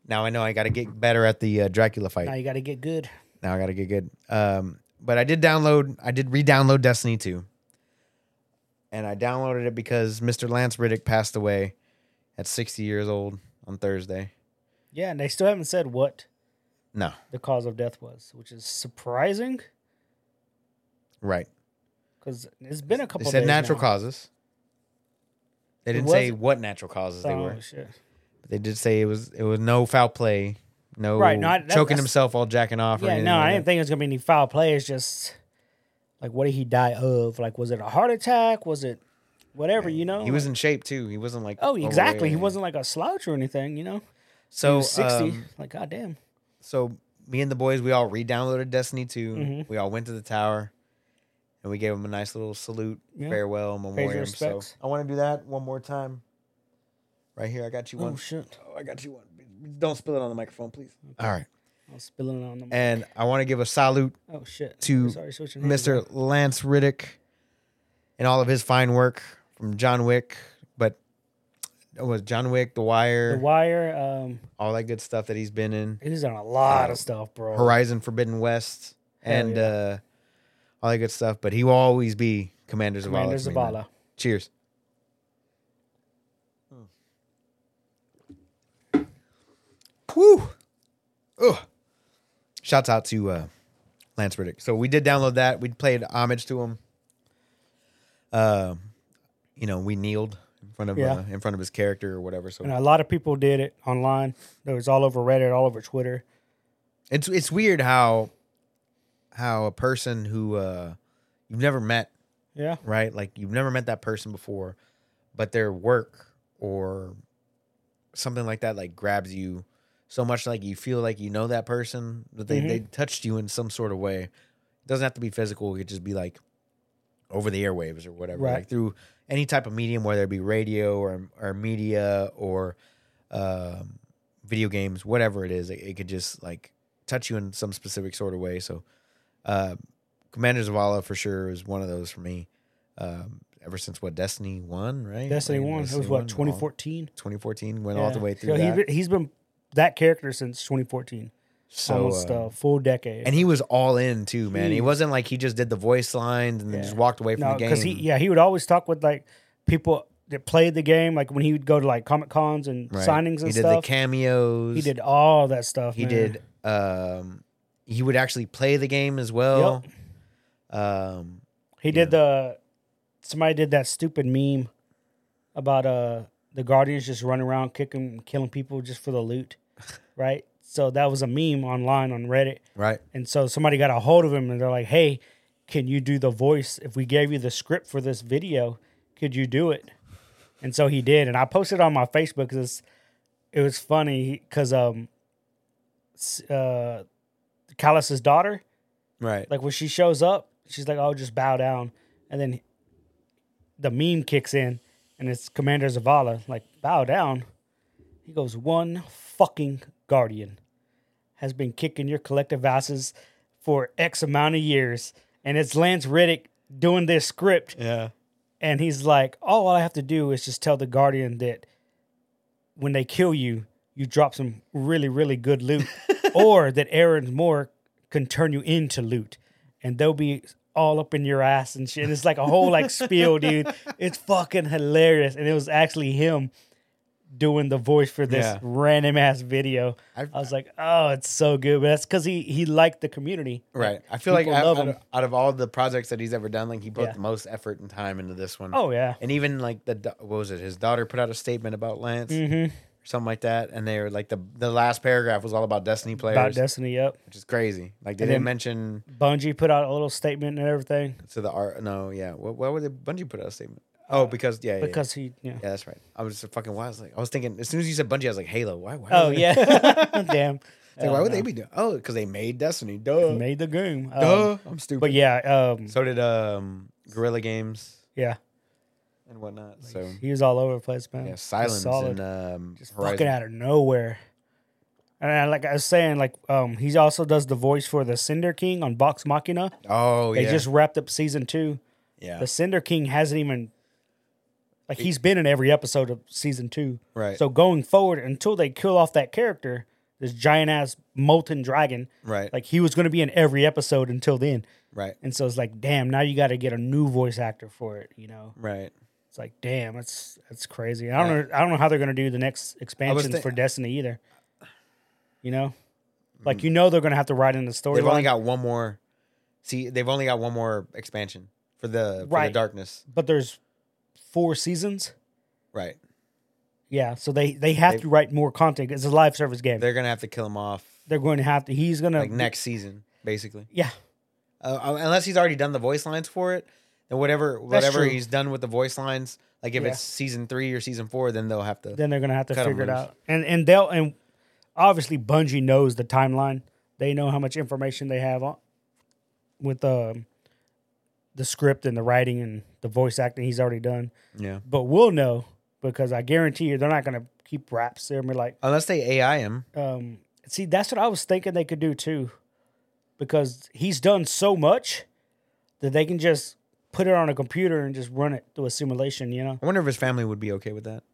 Now I know I got to get better at the uh, Dracula fight.
Now you got to get good.
Now I gotta get good. Um, but I did download, I did re-download Destiny 2. And I downloaded it because Mr. Lance Riddick passed away at 60 years old on Thursday.
Yeah, and they still haven't said what
No,
the cause of death was, which is surprising
right.
because it's been a
They
couple.
said
days
natural
now.
causes. They
It
didn't say
wasn't-
what natural causes they
Oh,
were.
shit.
But they did say it was it was no foul play, no
Right, no, I- that-
choking
that's-
himself while jacking off. or
Yeah,
anything
no,
like
I
that.
didn't think it was gonna be any foul play. It's just like, what did he die of? Like, was it a heart attack? Was it whatever? You know,
He was in shape too. He wasn't like
Oh,
overweight or
exactly. He
anything.
wasn't like a slouch or anything. You know, he
so
was sixty.
um,
like, goddamn.
so me and the boys, we all re-downloaded Destiny 2. We all went to the tower and we gave them a nice little salute,
Yeah.
farewell, memoriam. So
respects.
I want to do that one more time. Right here, I got you
Oh
one.
shit!
Oh, I got you one. Don't spill it on the microphone, please. All right.
I was spilling it on the. mic.
And I want to give a salute
oh shit!
to
Sorry, switching hands
Mr. Lance Riddick and all of his fine work from John Wick, but it was John Wick, The Wire,
there. The Wire. Um,
all that good stuff that he's been in.
he was on a lot of stuff, bro.
Horizon Forbidden West
Hell
and
yeah.
uh, all that good stuff. But he will always be Commander Zavala.
Commander
to me, man.
Zavala.
Cheers.
Hmm.
Woo! Ugh. Shouts out to uh, Lance Riddick. So we did download that. We played homage to him. Uh, you know, we kneeled in front of uh,
Yeah.
in front of his character or whatever. So
And a lot of people did it online. It was all over Reddit, all over Twitter.
It's it's weird how how a person who uh you've never met,
Yeah,
right? Like you've never met that person before, but their work or something like that like grabs you so much like you feel like you know that person, that they, they touched you in some sort of way. It doesn't have to be physical, it could just be like over the airwaves or whatever.
Right.
Like through any type of medium, whether it be radio or or media or um, video games, whatever it is, it, it could just like touch you in some specific sort of way. So, uh, Commander Zavala for sure is one of those for me. Um, ever since what Destiny One, right?
Destiny
Like,
One. It was
Destiny
what
all-
2014.
2014 went all the
Yeah.
way through
So
that.
He, he's been that character since 2014,
so,
almost
uh,
a full decade.
and he was all in too, man. He
Jeez.
wasn't like he just did the voice lines and then
Yeah.
just walked away from
No,
the game.
because he yeah he would always talk with like people that played the game. Like when he would go to like comic cons and
Right.
signings and
he did
stuff.
the cameos.
he did all that stuff.
He
man.
did. Um, he would actually play the game as well. Um,
He did the. Somebody did that stupid meme about uh the guardians just running around kicking killing people just for the loot, right? So that was a meme online on Reddit,
right.
and so somebody got a hold of him and they're like, "Hey, can you do the voice? If we gave you the script for this video, could you do it?" And so he did, and I posted it on my Facebook because it was funny because um, s- uh, Callus's daughter,
Right.
like when she shows up, she's like, "Oh, just bow down," and then the meme kicks in, and it's Commander Zavala like, "Bow down." He goes, "One fucking guardian has been kicking your collective asses for X amount of years, and it's Lance Riddick doing this script,
yeah.
and he's like, "Oh, all I have to do is just tell the guardian that when they kill you, you drop some really, really good loot, or that Aaron Moore can turn you into loot, and they'll be all up in your ass and shit." And it's like a whole like spiel, dude. It's fucking hilarious, and it was actually him doing the voice for this
Yeah.
random ass video. i
I've-
was like, "Oh, it's so good," but that's because he he liked the community,
Right. I feel like
people
out,
love
out
him.
of, out of all the projects that he's ever done, like he put
Yeah.
the most effort and time into this one.
Oh yeah,
And even like the da- what was it? His daughter put out a statement about Lance.
Mhm.
or something like that. And they were like the the last paragraph was all about Destiny players,
About Destiny, yep.
which is crazy. Like they
And
didn't
then-
mention
Bungie put out a little statement and everything
to the art. No, yeah. What, why would they, Bungie put out a statement? Oh, because yeah, yeah, yeah.
because he. Yeah.
yeah, that's right. I was just fucking. Why I was like, I was thinking as soon as you said Bungie, I was like Halo. Why? why
Oh
would they-
yeah. Damn. Um,
It's like, why would they be doing? Oh, because they made Destiny. Duh.
made the game? Um,
Duh. I'm stupid.
But yeah, um,
So did um Guerrilla Games
yeah,
and whatnot. So
he was all over the place, man.
yeah,
He's
Silence
solid.
and um
fucking
Horizon.
out of nowhere. And I- like I was saying, like um, he also does the voice for the Cinder King on Vox Machina.
Oh
They
yeah,
just wrapped up season two.
yeah.
The Cinder King hasn't even like he's been in every episode of season two.
Right.
So going forward, until they kill off that character, this giant ass molten dragon,
right,
like he was going to be in every episode until then.
right,
And so it's like, damn, now you got to get a new voice actor for it. You know,
right.
it's like, damn, that's that's crazy. I don't know, I don't know how they're gonna do the next expansions
thi-
for Destiny either. You know, like you know they're gonna have to write in the
Mm. They've only
storyline,
got one more. See, they've only got one more expansion for the for the
Right.
darkness.
but there's four seasons.
Right.
Yeah, so they they have
They-
to write more content. It's a live service game. They're,
They're gonna have to kill him off
going to have to. He's gonna
like next season, basically.
Yeah,
Uh, uh, unless he's already done the voice lines for it, then whatever whatever
true.
he's done with the voice lines, like if
Yeah.
it's season three or season four, then they'll have to.
then they're gonna have to
Cut 'em
figure it
loose.
out. And and they'll and obviously Bungie knows the timeline. They know how much information they have on with um the script and the writing and the voice acting he's already done.
yeah.
but we'll know because I guarantee you they're not going to keep raps there. I mean, like,
Unless they AI him,
um, see, that's what I was thinking they could do too, because he's done so much that they can just put it on a computer and just run it through a simulation. You know,
I wonder if his family would be okay with that,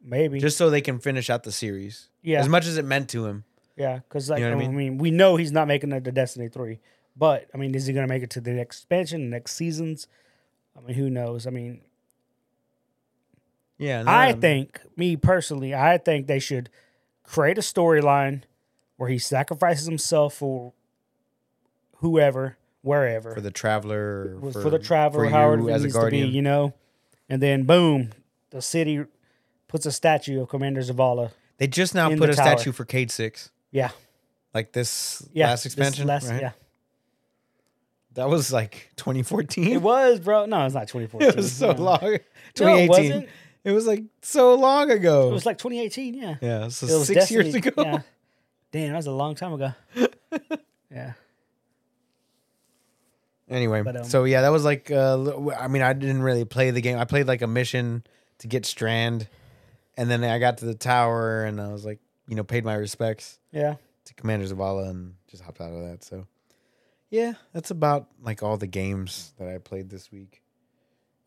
maybe,
just so they can finish out the series.
Yeah.
As much as it meant to him,
yeah, because like,
know
I,
what I
mean? we know he's not making it to Destiny three, but I mean, is he going to make it to the next expansion, the next seasons? I mean, who knows? I mean,
yeah. um, no,
I
no,
think, me personally, I think they should create a storyline where he sacrifices himself for whoever, wherever,
for the traveler,
for, the traveler,
for
however
you
it
as a
needs to be,
guardian.
you know. And then, boom, the city puts a statue of Commander Zavala.
They just now
in
put
the
a
tower.
statue for Cade Six,
Yeah,
like this
yeah.
last
this
expansion.
last-
right?
yeah.
That was like 2014.
It was, bro. No, it's not 2014.
It was so
no.
long.
No,
2018.
it wasn't.
it, was like so long ago.
It was like 2018. Yeah,
yeah, so
it was
six years
Destiny-
ago.
Yeah. Damn, that was a long time ago. yeah.
Anyway,
But, um,
so yeah, that was like. Uh, li- I mean, I didn't really play the game. I played like a mission to get Strand, and then I got to the tower, and I was like, you know, paid my respects
Yeah.
to Commander Zavala, and just hopped out of that. So, yeah, that's about like all the games that I played this week.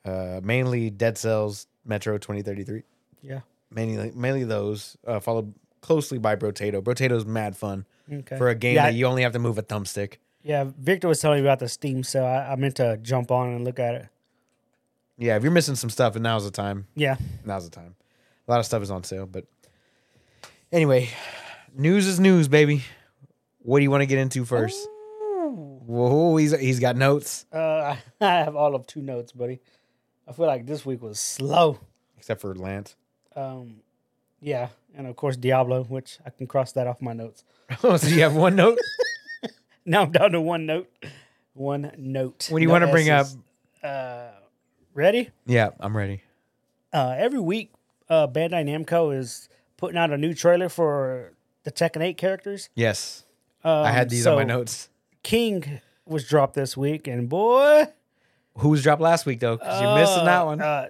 Uh, mainly Dead Cells, Metro twenty thirty three.
Yeah.
mainly mainly those, uh, followed closely by Brotato. Brotato's mad fun
Okay.
for a game
Yeah, I-
that you only have to move a thumbstick.
Yeah, Victor was telling me about the Steam sale. I, I meant to jump on and look at it.
Yeah, if you're missing some stuff, and now's the time.
Yeah,
Now's the time. A lot of stuff is on sale, but anyway, news is news, baby. What do you want to get into first? Whoa, he's he's got notes
uh, I have all of two notes, buddy. I feel like this week was slow.
except for Lance.
Um, yeah, and of course Diablo, which I can cross that off my notes.
oh, so you have one note.
Now I'm down to one note. One note.
What do you
No
want to bring
S's.
up?
Ready?
Yeah, I'm ready.
Uh, every week, uh, Bandai Namco is putting out a new trailer for the Tekken 8 characters.
Yes, I had
Um,
these on my
so
notes.
King was dropped this week, and boy,
Who was dropped last week though? Because you're missing that one.
Uh,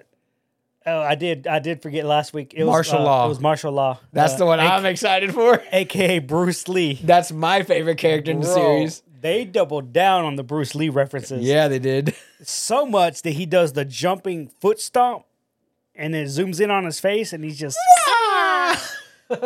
oh, I did. I did forget last week. It was
Martial
uh,
law.
It was martial law. Uh,
That's the one I'm excited for.
aka Bruce Lee
That's my favorite character in the
Bro,
series.
They doubled down on the Bruce Lee references.
Yeah, they did.
so much that he does the jumping foot stomp, and it zooms in on his face, and he's just like,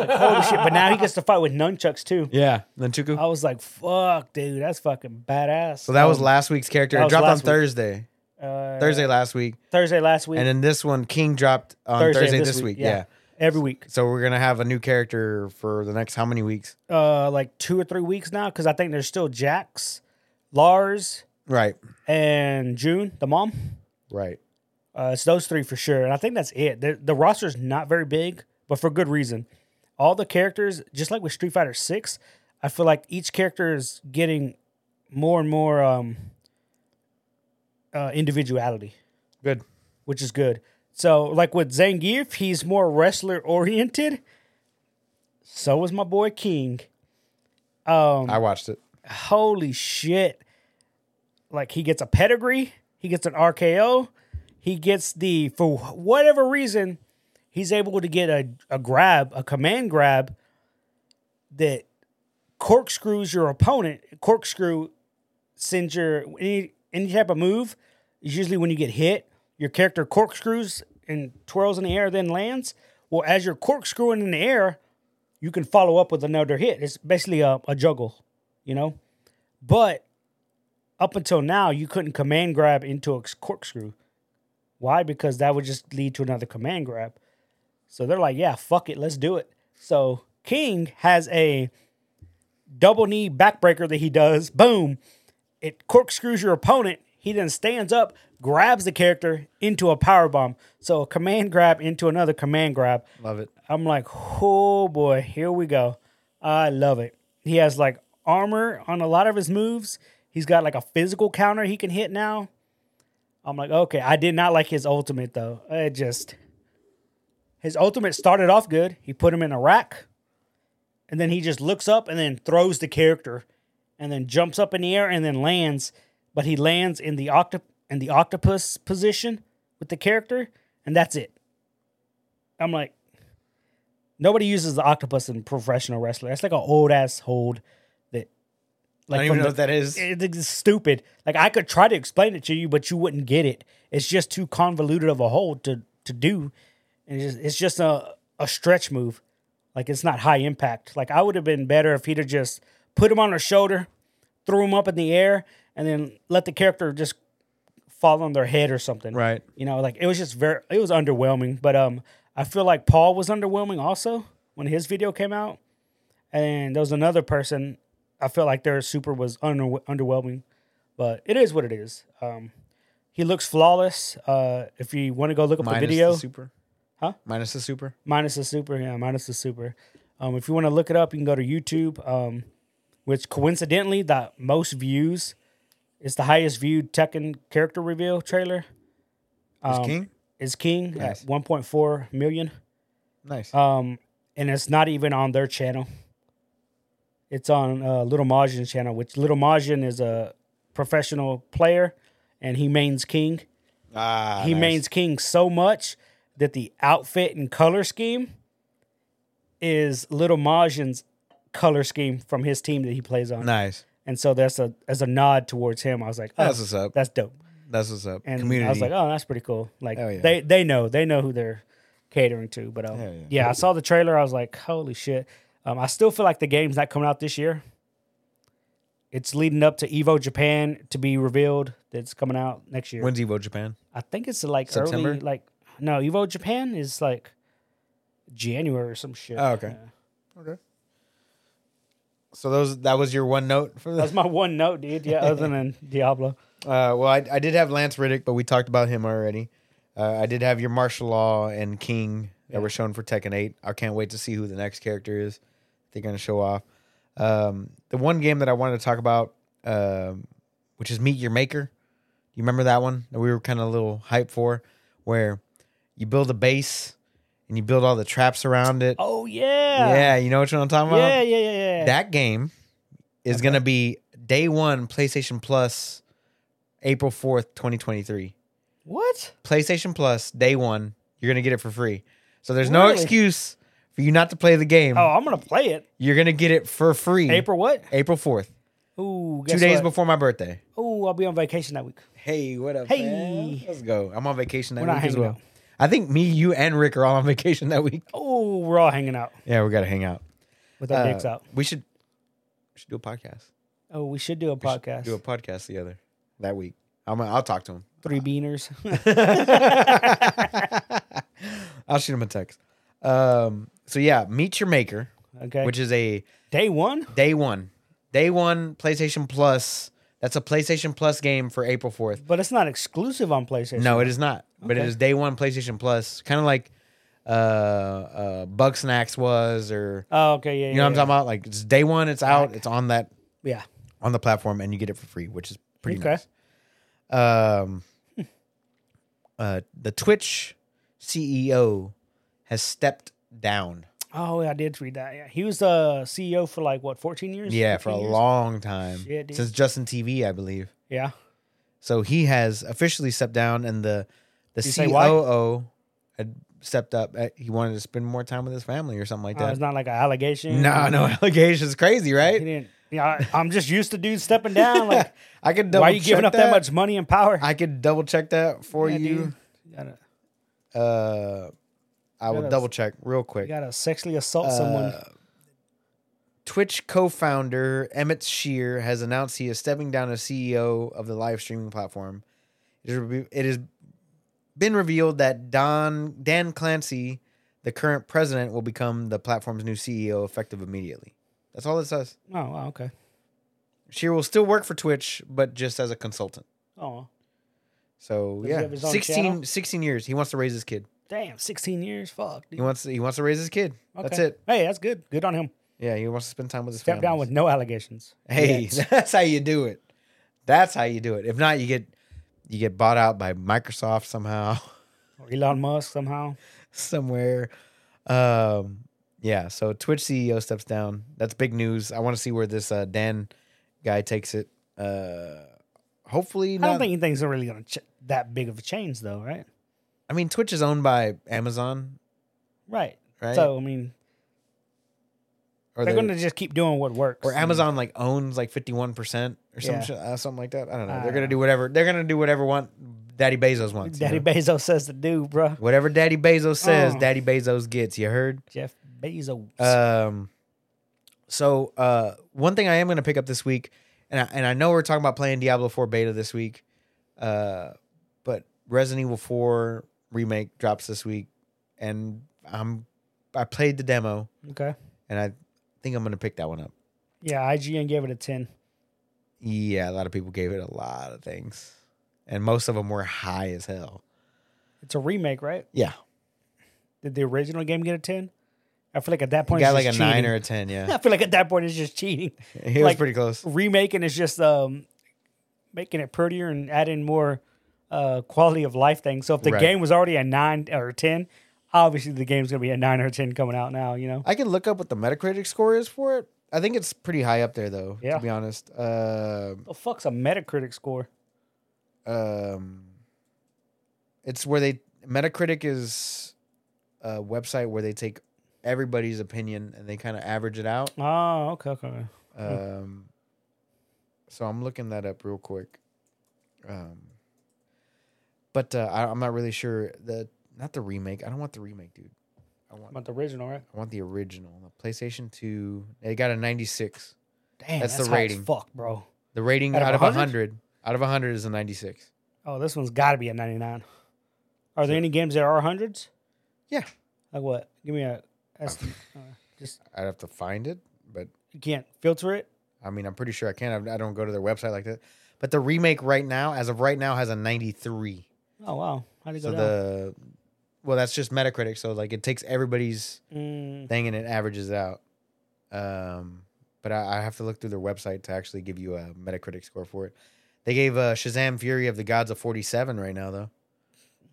holy shit. But now he gets to fight with nunchucks too.
yeah, Nunchuku.
I was like, fuck, dude, that's fucking badass.
So that was last week's character.
that
It
was
dropped on
last week.
Thursday.
uh,
Thursday last week.
Thursday last week,
And then this one, King dropped on Thursday, this, week. Yeah.
every week.
So we're going to have a new character for the next how many weeks?
uh like two or three weeks now because I think there's still Jax, Lars,
Right.
and June, the mom.
Right.
Uh, it's those three for sure, and I think that's it. The, the roster's not very big. but for good reason. All the characters, just like with Street Fighter Six, I feel like each character is getting more and more um, uh, individuality,
Good.
which is good. So, like with Zangief, he's more wrestler oriented. So is my boy King. Um,
I watched it.
holy shit. Like he gets a pedigree, he gets an RKO, he gets the for whatever reason, he's able to get a, a grab, a command grab that corkscrews your opponent. Corkscrew sends your any any type of move is usually when you get hit, your character corkscrews and twirls in the air, then lands. Well, as you're corkscrewing in the air, you can follow up with another hit. It's basically a, a juggle, you know? But up until now, you couldn't command grab into a corkscrew. Why? Because that would just lead to another command grab. So they're like, yeah, fuck it, let's do it. So King has a double knee backbreaker that he does. Boom. It corkscrews your opponent. He then stands up, grabs the character into a power bomb. So a command grab into another command grab.
Love it.
I'm like, oh boy, here we go. I love it. He has like armor on a lot of his moves. He's got like a physical counter he can hit now. I'm like, okay. I did not like his ultimate though. It just his ultimate started off good. He put him in a rack, and then he just looks up and then throws the character, and then jumps up in the air and then lands. But he lands in the octop in the octopus position with the character, and that's it. I'm like, Nobody uses the octopus in professional wrestling. That's like an old ass hold that, like,
I don't
from
even know
the-
what that is.
it- it's stupid. Like I could try to explain it to you, but you wouldn't get it. It's just too convoluted of a hold to to do, and it's just, it's just a a stretch move. Like it's not high impact. Like I would have been better if he'd have just put him on her shoulder, threw him up in the air, and then let the character just fall on their head or something.
Right.
You know, like it was just very it was underwhelming. But um, I feel like Paul was underwhelming also when his video came out. And there was another person. I felt like their super was under, underwhelming, but it is what it is. Um, he looks flawless. Uh, if you want to go look up
Minus
the video,
super.
Huh?
Minus the super.
minus the super, yeah, minus the super. Um, if you want to look it up, you can go to YouTube, um, which coincidentally the most views. It's the highest viewed Tekken character reveal trailer.
Is
Um,
King?
Is King
Nice.
at 1.4 million.
Nice.
Um, and it's not even on their channel. It's on uh, Little Majin's channel, which Little Majin is a professional player, and he mains King.
ah,
he
nice.
mains King so much that the outfit and color scheme is Little Majin's color scheme from his team that he plays on,
Nice.
and so that's a as a nod towards him. I was like, oh,
That's
that's,
what's up.
dope.
That's what's up.
And
Community.
I was like, oh, that's pretty cool. Like
Hell yeah.
they they know they know who they're catering to. But um,
Hell
yeah.
yeah.
I saw the trailer. I was like, holy shit. Um, I still feel like the game's not coming out this year. It's leading up to Evo Japan to be revealed. That's coming out next year.
When's Evo Japan?
I think it's like
September?
early, like no, Evo Japan is like January or some shit.
Oh, okay.
Yeah.
Okay. So those that was your one note for this.
That's my one note, dude. Yeah, other than Diablo.
Uh, well, I, I did have Lance Riddick, but we talked about him already. Uh, I did have your martial law and King that were shown for Tekken 8. I can't wait to see who the next character is. They're going to show off. Um, the one game that I wanted to talk about, um, which is Meet Your Maker. You remember that one that we were kind of a little hyped for, where you build a base and you build all the traps around it.
Oh yeah.
yeah, you know what I'm talking about?
Yeah, yeah, yeah, yeah.
That game is going to be day one PlayStation Plus, April 4th, 2023.
what?
PlayStation Plus, day one, you're going to get it for free. So there's no
Really?
excuse for you not to play the game.
Oh, I'm gonna play it.
You're going to get it for free
April what?
April 4th,
Ooh,
two
guess
days
what?
before my birthday.
Oh, I'll be on vacation that week.
Hey, what up?
Hey.
man? Let's go. I'm on vacation that
We're not
week as
hanging
well.
out.
I think me, you, and Rick are all on vacation that week.
Oh, we're all hanging out
Yeah, we got to hang out.
with our
Uh,
dicks out.
We should, we should do a podcast.
Oh, we should do a
We should
podcast.
Do a podcast together that week. I'm, I'll talk to him.
Three beaners.
I'll shoot him a text. Um, so yeah, Meet Your Maker,
okay.
which is a
Day one.
day one, day one PlayStation Plus. That's a PlayStation Plus game for April fourth.
But it's not exclusive on PlayStation.
No, it is not. But it
Okay.
is day one PlayStation Plus, kind of like uh, uh, Bug Snacks was, or
Oh, okay, yeah, yeah.
you know what I'm
yeah.
talking about. Like it's day one, it's out, it's on that
Yeah.
on the platform, and you get it for free, which is pretty
Okay.
nice. Um, uh, the Twitch CEO has stepped down.
Oh, I did read that. Yeah, he was uh, the CEO for like what, 14 years?
Yeah, for a
15 years?
long time
Shit, dude.
since Justin TV, I believe.
Yeah.
So he has officially stepped down, and the the
Did he say why?
COO had stepped up. Uh, He wanted to spend more time with his family or something like
Uh,
that.
it's not like an allegation.
no, no allegations, crazy,
He
right?
didn't. Yeah, I, I'm just used to dudes stepping down. Like,
I could double
why are you
check
giving up that, much money and power?
I could double check that for
Yeah,
you.
dude. You gotta,
Uh, I will
Gotta-
double check real
you
quick.
gotta sexually assault Oh, someone.
Uh, Twitch co-founder Emmett Shear has announced he is stepping down as CEO of the live streaming platform. It is re- it has been revealed that Don Dan Clancy, the current president, will become the platform's new CEO effective immediately. That's all it says.
Oh, wow, okay.
Shear will still work for Twitch, but just as a consultant.
Oh,
So
Does he
yeah,
have his own
16,
channel?
16 years. He wants to raise his kid.
damn, 16 years. Fuck. Dude.
He wants he wants to raise his kid. That's
Okay.
it.
Hey, that's good. Good on him.
Yeah, he wants to spend time with his
Step down
families.
with no allegations.
Hey,
Yet.
that's how you do it. That's how you do it. If not, you get you get bought out by Microsoft somehow,
Or Elon Musk somehow.
somewhere. Um, yeah. So Twitch CEO steps down. That's big news. I want to see where this uh, Dan guy takes it. Uh, hopefully,
I
not. I,
don't think anything's really gonna ch- that big of a change, though, right?
mean, Twitch is owned by Amazon,
Right.
right?
So I mean,
or,
they're
they-
gonna just keep doing what works.
or
and-
Amazon like owns like fifty one percent or some
Yeah.
shit, uh, something like that. I don't know.
I
they're
don't
gonna
know.
do whatever. They're gonna do whatever want Daddy Bezos wants. you
Daddy
know?
Bezos says to do, bruh.
Whatever Daddy Bezos says,
Oh.
Daddy Bezos gets. You heard?
Jeff Bezos.
Um, so uh, one thing I am going to pick up this week, and I, and I know we're talking about playing Diablo Four beta this week, uh, but Resident Evil Four remake drops this week, and I'm I played the demo,
okay.
and I think I'm going to pick that one up.
Yeah, IGN gave it a ten.
Yeah, a lot of people gave it a lot of things, and most of them were high as hell.
It's a remake, right?
Yeah,
Did the original game get a ten? I feel like at that
it
point,
got
it's
like a
just
nine
cheating.
or a ten. Yeah,
I feel like at that point it's just cheating.
it was
Like-
pretty close.
Remaking is just um, making it prettier and adding more uh, quality of life things. So if the
Right.
game was already a nine or a ten, obviously the game's gonna be a nine or a ten coming out now. You know.
I can look up what the Metacritic score is for it. I think it's pretty high up there, though.
Yeah.
To be honest, uh,
The fuck's a Metacritic score?
um, it's where they Metacritic is a website where they take everybody's opinion and they kind of average it out.
Oh, okay, okay.
Um, so I'm looking that up real quick. Um, but uh, I, I'm not really sure the not the remake. I don't want the remake, dude. I want
About the original, right?
I want the original, the PlayStation Two. It got a 96.
Damn,
That's
that's,
the
high as
rating.
Fuck, bro.
The rating out,
Out of
of 100?
100?
out of 100 is a 96.
Oh, this one's got to be a 99. Are there any games that are hundreds?
Yeah. Um,
Like what? Give me a estimate. uh, just
I'd have to find it, but
you can't filter it.
I mean, I'm pretty sure I can. I I don't go to their website like that. But the remake right now, as of right now, has a 93.
Oh wow, how did it
So
go down?
the well, that's just Metacritic. So like, it takes everybody's
Mm,
thing and it averages out. Um, but I, I have to look through their website to actually give you a Metacritic score for it. They gave uh, Shazam: Fury of the Gods a 47 right now, though.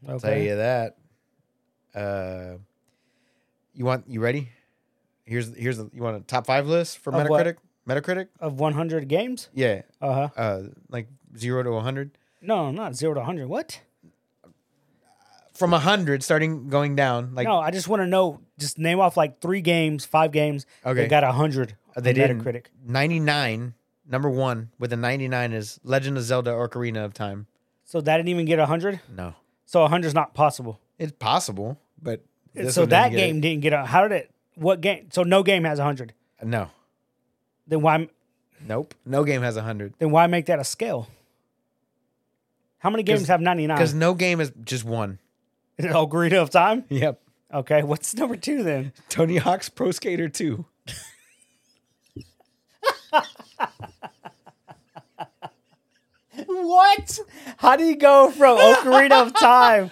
I'll tell
okay.
you that. Uh, you want you ready? Here's here's the, you want a top five list for
Of what?
Metacritic? Metacritic?
Of 100 games?
Yeah,
Uh huh.
uh, like zero to hundred.
No, not zero to 100. What?
From hundred, starting going down. Like
no, I just want to know. Just name off like three games, five games.
Okay.
They got 100.
Uh, they
on
didn't.
Metacritic.
ninety nine, number one with a ninety nine is Legend of Zelda: Ocarina of Time.
So that didn't even get 100.
No,
So 100 is not possible.
it's possible, but this
so
one didn't
that
get it.
game didn't get a. How did it? What game? So no game has 100.
No,
Then why?
nope, no game has hundred
then why make that a scale? How many games
'Cause-
have
because
99?
no game is just one.
Is it Ocarina of Time?
Yep,
Okay, what's number two then?
Tony Hawk's Pro Skater Two.
What? How do you go from Ocarina of Time?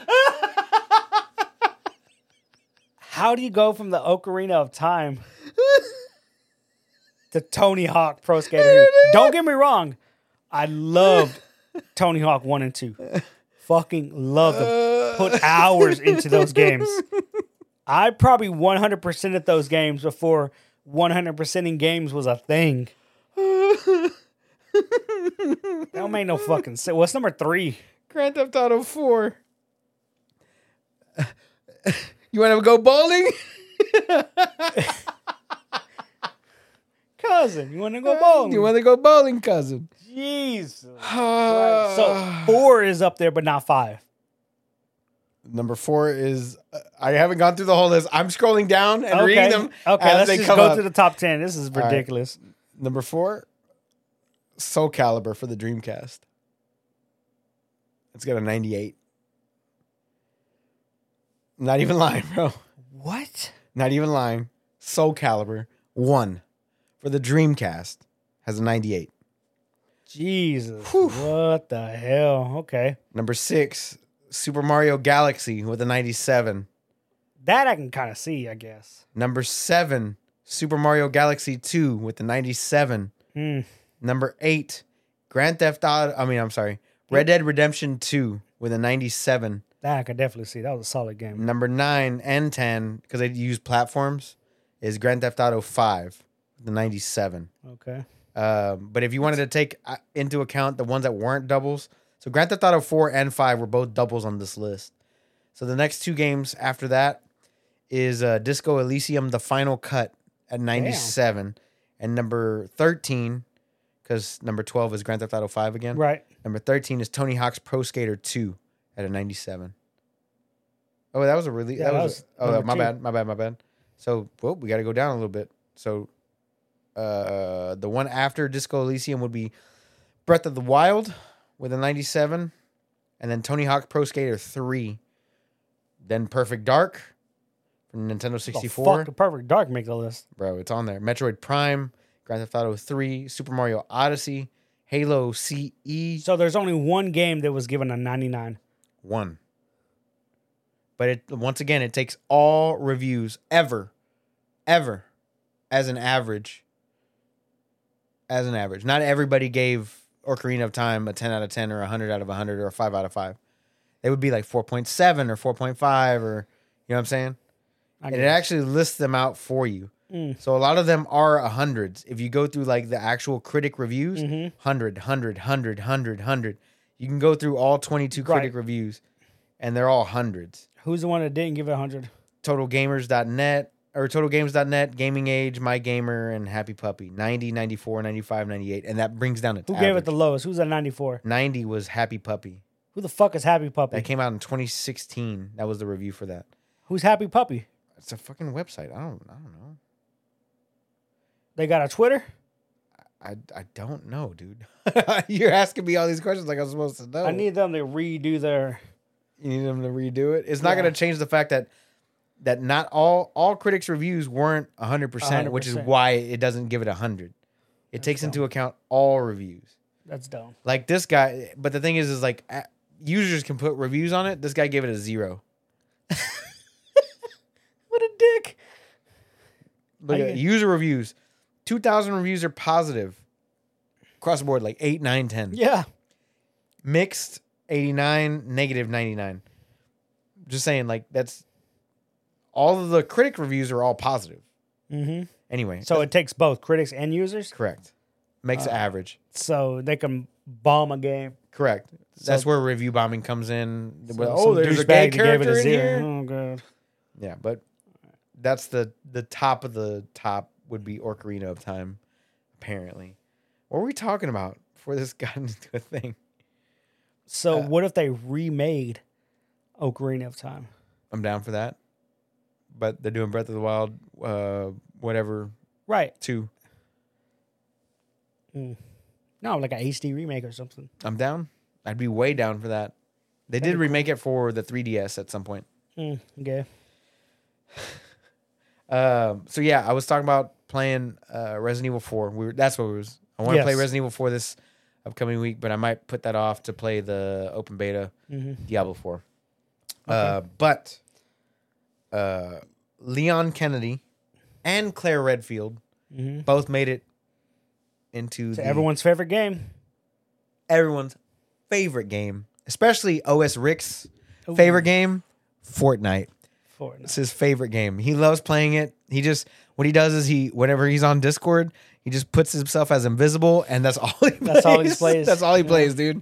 How do you go from the Ocarina of Time to Tony Hawk Pro Skater? Don't get me wrong, I loved Tony Hawk One and Two. Fucking love them. Put hours into those games. I probably 100% at those games before 100% in games was a thing. that don't make no fucking sense. What's number three?
Grand Theft Auto 4. you want to go bowling?
Cousin, Uh, you want to go bowling?
You want to go bowling, cousin?
Jesus. So four is up there, but not five.
Number four is uh, I haven't gone through the whole list. I'm scrolling down and reading them
okay,
as
let's
they
just
come
go
up.
through the top ten. This is
right.
ridiculous.
Number four, Soul Calibur for the Dreamcast. It's got a 98. Not even lying, bro.
What?
Not even lying. Soul Calibur one for the Dreamcast has a 98.
Jesus.
Whew.
What the hell? Okay.
Number six, Super Mario Galaxy with a 97.
That I can kind of see, I guess.
Number seven, Super Mario Galaxy 2 with a 97.
Hmm.
Number eight, Grand Theft Auto. I mean, I'm sorry, Red Dead Redemption 2 with a 97.
That I could definitely see. That was a solid game.
Number nine and 10, because they use platforms, is Grand Theft Auto 5 with a 97.
Okay.
Um, but if you wanted to take uh, into account the ones that weren't doubles, so Grand Theft Auto 4 and 5 were both doubles on this list. So the next two games after that is uh, Disco Elysium, the final cut at 97. And number 13, because number 12 is Grand Theft Auto 5 again.
Right.
Number 13 is Tony Hawk's Pro Skater 2 at a 97. Oh, that was a really.
Yeah,
that,
that
was.
was
oh,
number
my
two.
bad. My bad. My bad. So, whoa, we got to go down a little bit. So, uh, the one after Disco Elysium would be Breath of the Wild with a 97, and then Tony Hawk Pro Skater 3, then Perfect Dark from Nintendo
The
64.
fuck the perfect dark make the list.
Bro, it's on there. Metroid Prime, Grand Theft Auto 3, Super Mario Odyssey, Halo E CE.
So there's only one game that was given a 99.
one. But it once again, it takes all reviews ever, ever, as an average. As an average, not everybody gave Ocarina of Time a ten out of ten or a hundred out of hundred or a five out of five. They would be like four point seven or four point five or you know what I'm saying.
I
And it
guess.
actually lists them out for you.
Mm.
So a lot of them are a hundreds. If you go through like the actual critic reviews,
Mhm.
hundred, hundred, hundred, hundred, hundred. You can go through all 22 critic
Right.
reviews, and they're all hundreds.
Who's the one that didn't give it 100?
TotalGamers.net or TotalGames.net, Gaming Age, My Gamer, and Happy Puppy. 90, 94, 95, 98. And that brings down its
Who
Who
gave it the lowest? Who's at 94?
90 was Happy Puppy.
Who the fuck is Happy
That
Puppy?
came out in 2016. That was the review for that.
Who's Happy Puppy?
It's a fucking website. I don't I don't know.
They got a Twitter?
I, I don't know, dude. You're asking me all these questions like I'm supposed to know.
I need them to redo their.
you need them to redo it. It's not
Yeah.
going to change the fact that that not all all critics' reviews weren't hundred percent, which is
100%.
why it doesn't give it hundred. It takes into account all reviews.
That's dumb.
Like this guy, but the thing is, is like a- users can put reviews on it. This guy gave it a zero.
What a dick.
Look
I
at
get-
user reviews. Two thousand reviews are positive across the board, like eight, nine, ten.
Yeah.
Mixed eighty nine, negative ninety nine. Just saying, like that's all of the critic reviews are all positive.
hmm
Anyway,
So it takes both critics and users.
Correct. Makes
Uh.
it average.
So they can bomb a game.
Correct. That's where review bombing comes in. Well,
Some
oh, there's
douchebag
a gay
that gave it
character
a
in
zero.
here.
Oh, God.
Yeah, but that's the the top of the top would be Ocarina of Time, apparently. What were we talking about before this got into a thing?
So
Uh.
what if they remade Ocarina of Time?
I'm down for that. But they're doing Breath of the Wild, uh, whatever,
Right.
two.
No, like a HD remake or something.
I'm down. I'd be way down for that. They did remake it for the 3DS at some point.
Mm, okay.
Um, so yeah, I was talking about playing uh, Resident Evil Four. We were, that's what we was. I want to play
Yes.
Resident Evil Four this upcoming week, but I might put that off to play the open beta
Mhm.
Diablo Four. Uh, but uh, Leon Kennedy and Claire Redfield both made it into
To
the-
Mm-hmm. everyone's favorite game.
everyone's favorite game, especially OS Rick's favorite game, Fortnite.
Fortnite.
It's his favorite game. He loves playing it. He just what he does is he whenever he's on Discord, he just puts himself as invisible, and that's all. He
That's all he plays.
That's all he plays, dude.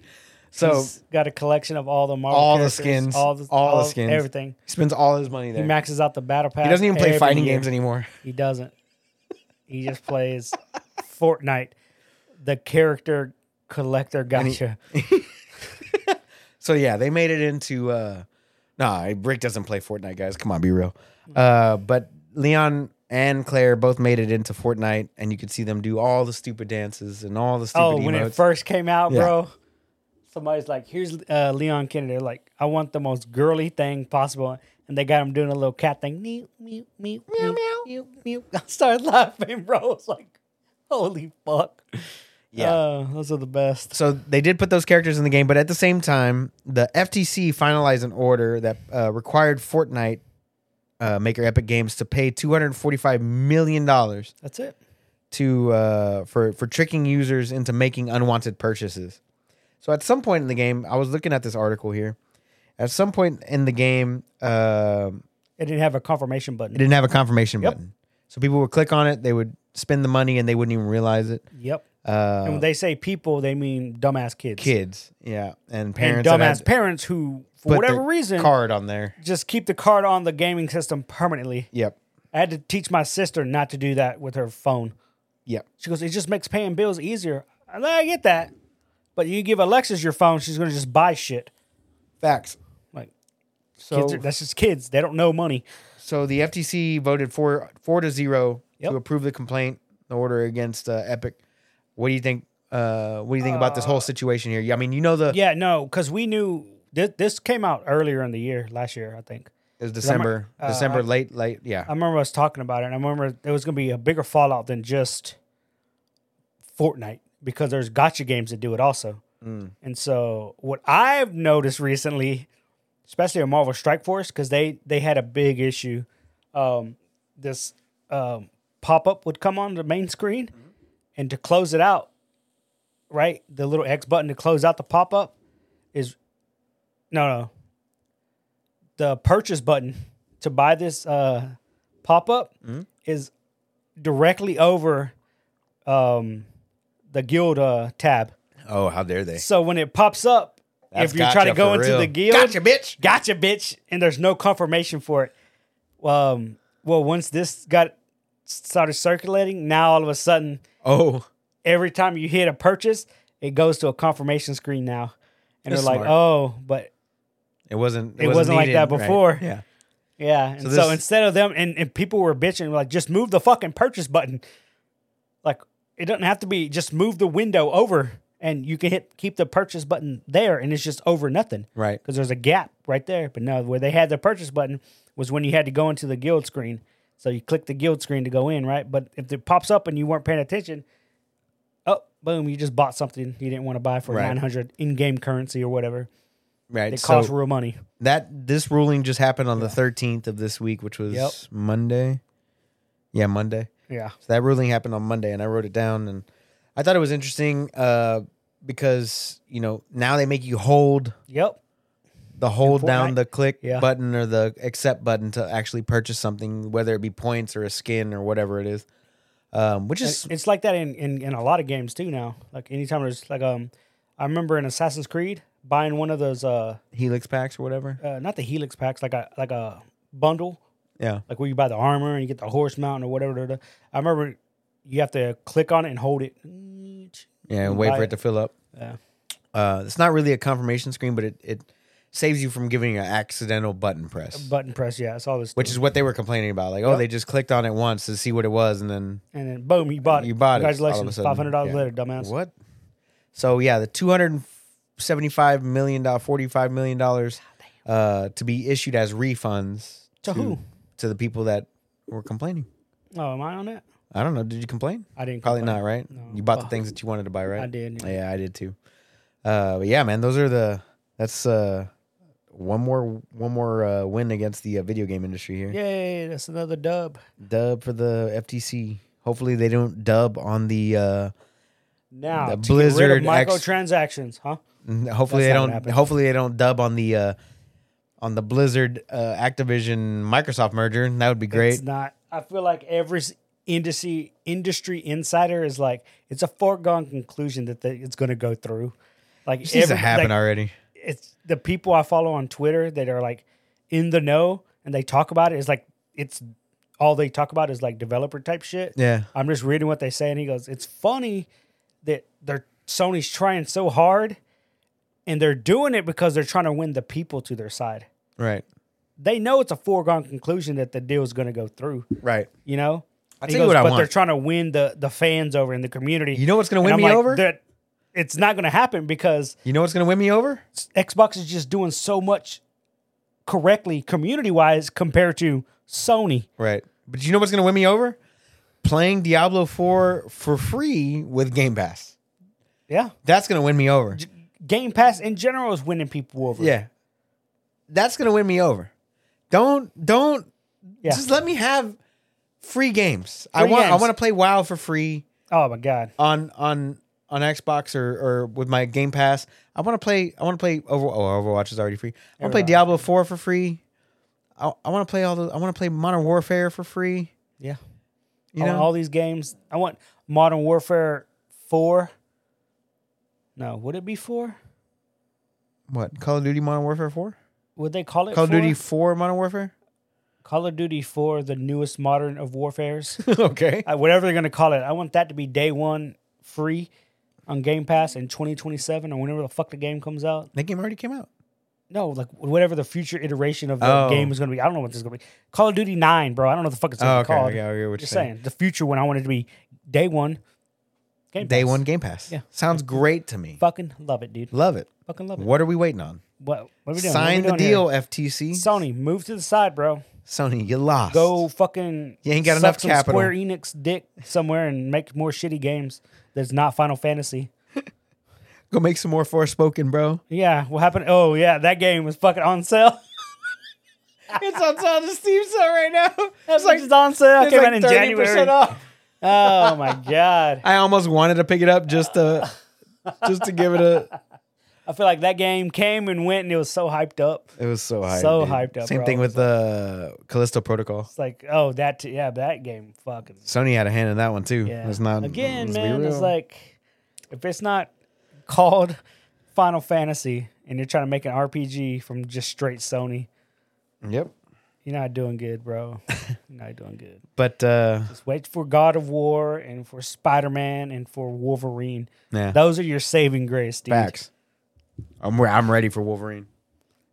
So
He's got a collection of all the Marvel
all the
characters,
skins,
all the, all the skins, everything.
He spends all his money
He
there. He,
maxes out the battle pass.
doesn't even play
every
fighting
year.
games anymore.
He doesn't. He just plays Fortnite, the character collector gotcha.
So yeah, they made it into. uh Nah, Rick doesn't play Fortnite, guys. Come on, be real.
Mm-hmm.
Uh, but Leon and Claire both made it into Fortnite, and you could see them do all the stupid dances and all the stupid
oh, when
emotes.
it first came out,
Yeah.
bro, somebody's like, "Here's uh, Leon Kennedy." They're like, "I want the most girly thing possible," and they got him doing a little cat thing. Meow, meow, meow, meow, meow, meow, meow. I started laughing, bro. It's like, holy fuck.
Yeah.
Uh, those are the best.
so they did put those characters in the game, but at the same time, the FTC finalized an order that uh, required Fortnite uh, maker Epic Games to pay 245 million dollars
That's it.
to uh, for for tricking users into making unwanted purchases. So at some point in the game, I was looking at this article here. At some point in the game, um
It didn't have a confirmation
it
button.
didn't have a confirmation button, so people would click on it, they would spend the money, and they wouldn't even realize it.
Yep. and
Uh,
when they say people, they mean dumbass kids.
kids, yeah, and
and
parents, that had
dumbass parents who, for
put
whatever
their
reason,
card on there.
just keep the card on the gaming system permanently.
Yep.
I had to teach my sister not to do that with her phone.
Yep.
She goes, it just makes paying bills easier. I'm like, I get that. But you give Alexis your phone, she's going to just buy shit.
Facts.
Like,
So
kids are, that's just kids. They don't know money.
so the FTC voted four four to zero
Yep.
to approve the complaint, the order against uh, Epic. What do you think? Uh, what do you think about this whole situation here? Yeah, I mean, you know the
Yeah, no, because we knew this, this came out earlier in the year, last year, I think.
it was December,
uh,
December late, late. Yeah,
I remember us talking about it, and I remember there was going to be a bigger fallout than just Fortnite because there's gotcha games that do it also. And so, what I've noticed recently, especially in Marvel Strike Force, because they they had a big issue. Um, this um, pop up would come on the main screen, and to close it out, right, the little X button to close out the pop up is no no the purchase button to buy this uh, pop up
Mm-hmm.
is directly over um, the guild uh, tab.
oh, how dare they?
So when it pops up,
That's
if you try to
gotcha
go
for
into
real.
the guild,
Gotcha, bitch.
gotcha, bitch, and there's no confirmation for it. Um, well, once this got started circulating, now all of a sudden,
Oh,
every time you hit a purchase, it goes to a confirmation screen now, and
That's
they're like,
smart.
"Oh, but
it wasn't.
It wasn't like
needed,
that
right.
before.
Yeah,
Yeah. And so,
So this-
instead of them, and, and people were bitching, like, just move the fucking purchase button. Like, it doesn't have to be, just move the window over and you can hit, keep the purchase button there and it's just over nothing.
right.
Because there's a gap right there. But no, where they had the purchase button was when you had to go into the guild screen. So you click the guild screen to go in, right? But if it pops up and you weren't paying attention, oh, boom, you just bought something you didn't want to buy for
Right.
900 in game currency or whatever.
Right.
It
so
costs real money.
that this ruling just happened on the 13th of this week, which was
Yep.
Monday. Yeah, Monday.
Yeah.
So that ruling happened on Monday, and I wrote it down, and I thought it was interesting uh, because you know now they make you hold
Yep.
the hold
Fortnite?
down the click
Yeah.
button or the accept button to actually purchase something, whether it be points or a skin or whatever it is, um, which is
it's like that in, in, in a lot of games too now. Like anytime there's like um, I remember in Assassin's Creed buying one of those uh,
Helix packs or whatever.
uh not the Helix packs like a like a bundle
Yeah,
like where you buy the armor and you get the horse mount or whatever. da, da. I remember you have to click on it and hold it.
yeah, and wait
buy
for
it.
it to fill up.
Yeah.
Uh, it's not really a confirmation screen, but it, it saves you from giving an accidental button press.
Button press, yeah, it's all this.
which is what they were complaining about. Like, oh, they just clicked on it once to see what it was, and then
and then boom, you bought it.
You bought it all of a
Congratulations,
sudden.
five hundred dollars
Yeah.
later, dumbass.
What? So yeah, the two hundred seventy-five million dollar, forty-five million dollars uh, to be issued as refunds
Ah, To who?
To the people that were complaining.
Oh, am I on that?
I don't know. Did you complain?
I didn't.
Probably
complain.
not, right? You bought the things that you wanted to buy, right?
I did.
Yeah, I did too. Uh, but yeah, man, those are the. That's uh, One more, one more uh, win against the uh, video game industry here.
Yay, that's another dub.
Dub for the FTC. Hopefully they don't dub on the. Uh,
Now, to
The
get rid of
Blizzard X-
microtransactions, huh?
n- hopefully
That's
they
not what
don't.
happened.
Hopefully they don't dub on the. Uh, on the Blizzard uh, Activision Microsoft merger, that would be great.
It's not. I feel like every s- industry industry insider is like it's a foregone conclusion that they, it's going to go through. Like
It needs to
every-
happen
like,
already.
It's the people I follow on Twitter that are like in the know and they talk about it. It's like it's all they talk about is like developer type shit.
Yeah,
I'm just reading what they say, and he goes, "It's funny that they're Sony's trying so hard, and they're doing it because they're trying to win the people to their side.
right,
They know it's a foregone conclusion that the deal is going to go through.
right.
You know, I
tell you what I
but
want.
they're trying to win the the fans over in the community.
You know what's gonna
And
win
I'm
me
like,
over?
That it's not going to happen because
You know what's gonna win me over?
Xbox is just doing so much correctly community wise compared to Sony.
Right. But you know what's going to win me over? Playing Diablo 4 for free with Game Pass.
Yeah,
That's going to win me over.
Game Pass in general is winning people over.
Yeah. That's going to win me over. Don't don't
Yeah.
just let me have free games. I
Free
want I
games.
want to play WoW for free
Oh my god.
on on on Xbox or or with my Game Pass. I want to play I want to play Over, oh, Overwatch is already free. I want to play
Overwatch.
Diablo 4 for free. I, I want to play all the I want to play Modern Warfare for free.
Yeah.
You
I
know?
want Oh, all these games. I want Modern Warfare four. No, would it be four?
what? Call of Duty Modern Warfare 4?
Would they call it
Call of
four?
Duty 4 Modern Warfare?
Call of Duty four, the newest modern of warfares,
okay.
Uh, whatever they're gonna call it. I want that to be day one free on Game Pass in twenty twenty seven or whenever the fuck the game comes out.
That game already came out.
No, like whatever the future iteration of the
Oh.
game is gonna be. I don't know what this is gonna be. Call of Duty nine, bro. I don't know what the fuck it's gonna be called.
what
Just saying the future when I want it to be day one. Game
Day
Pass.
one Game Pass.
Yeah.
Sounds great to me.
Fucking love it, dude.
Love it.
Fucking love it.
What are we waiting on?
What, what are we doing? What are we
Sign the
doing here?
deal, FTC.
Sony, move to the side, bro.
Sony, you lost.
Go fucking.
You ain't got
suck
enough
some
capital.
Square Enix dick somewhere and make more shitty games that's not Final Fantasy.
Go make some more Forspoken, bro.
Yeah, what happened? Oh yeah, that game was fucking on sale.
it's on sale to Steam sale right now.
That's like it's on sale. It
It's
came
like
out in
30%
January.
off.
Oh my god,
I almost wanted to pick it up just to just to give it a
I feel like that game came and went, and it was so hyped up.
it was so hyped.
So
dude.
hyped up,
Same
bro.
thing with the uh, Callisto Protocol.
It's like, oh that, t- yeah, that game, fucking.
Sony had a hand in that one too.
Yeah.
It's not
again,
let's be
man. It's
real.
like if it's not called Final Fantasy and you're trying to make an RPG from just straight Sony,
Yep.
you're not doing good, bro. you're not doing good.
But uh
Just wait for God of War and for Spider Man and for Wolverine.
yeah.
Those are your saving grace, dude.
Facts. I'm re- I'm ready for Wolverine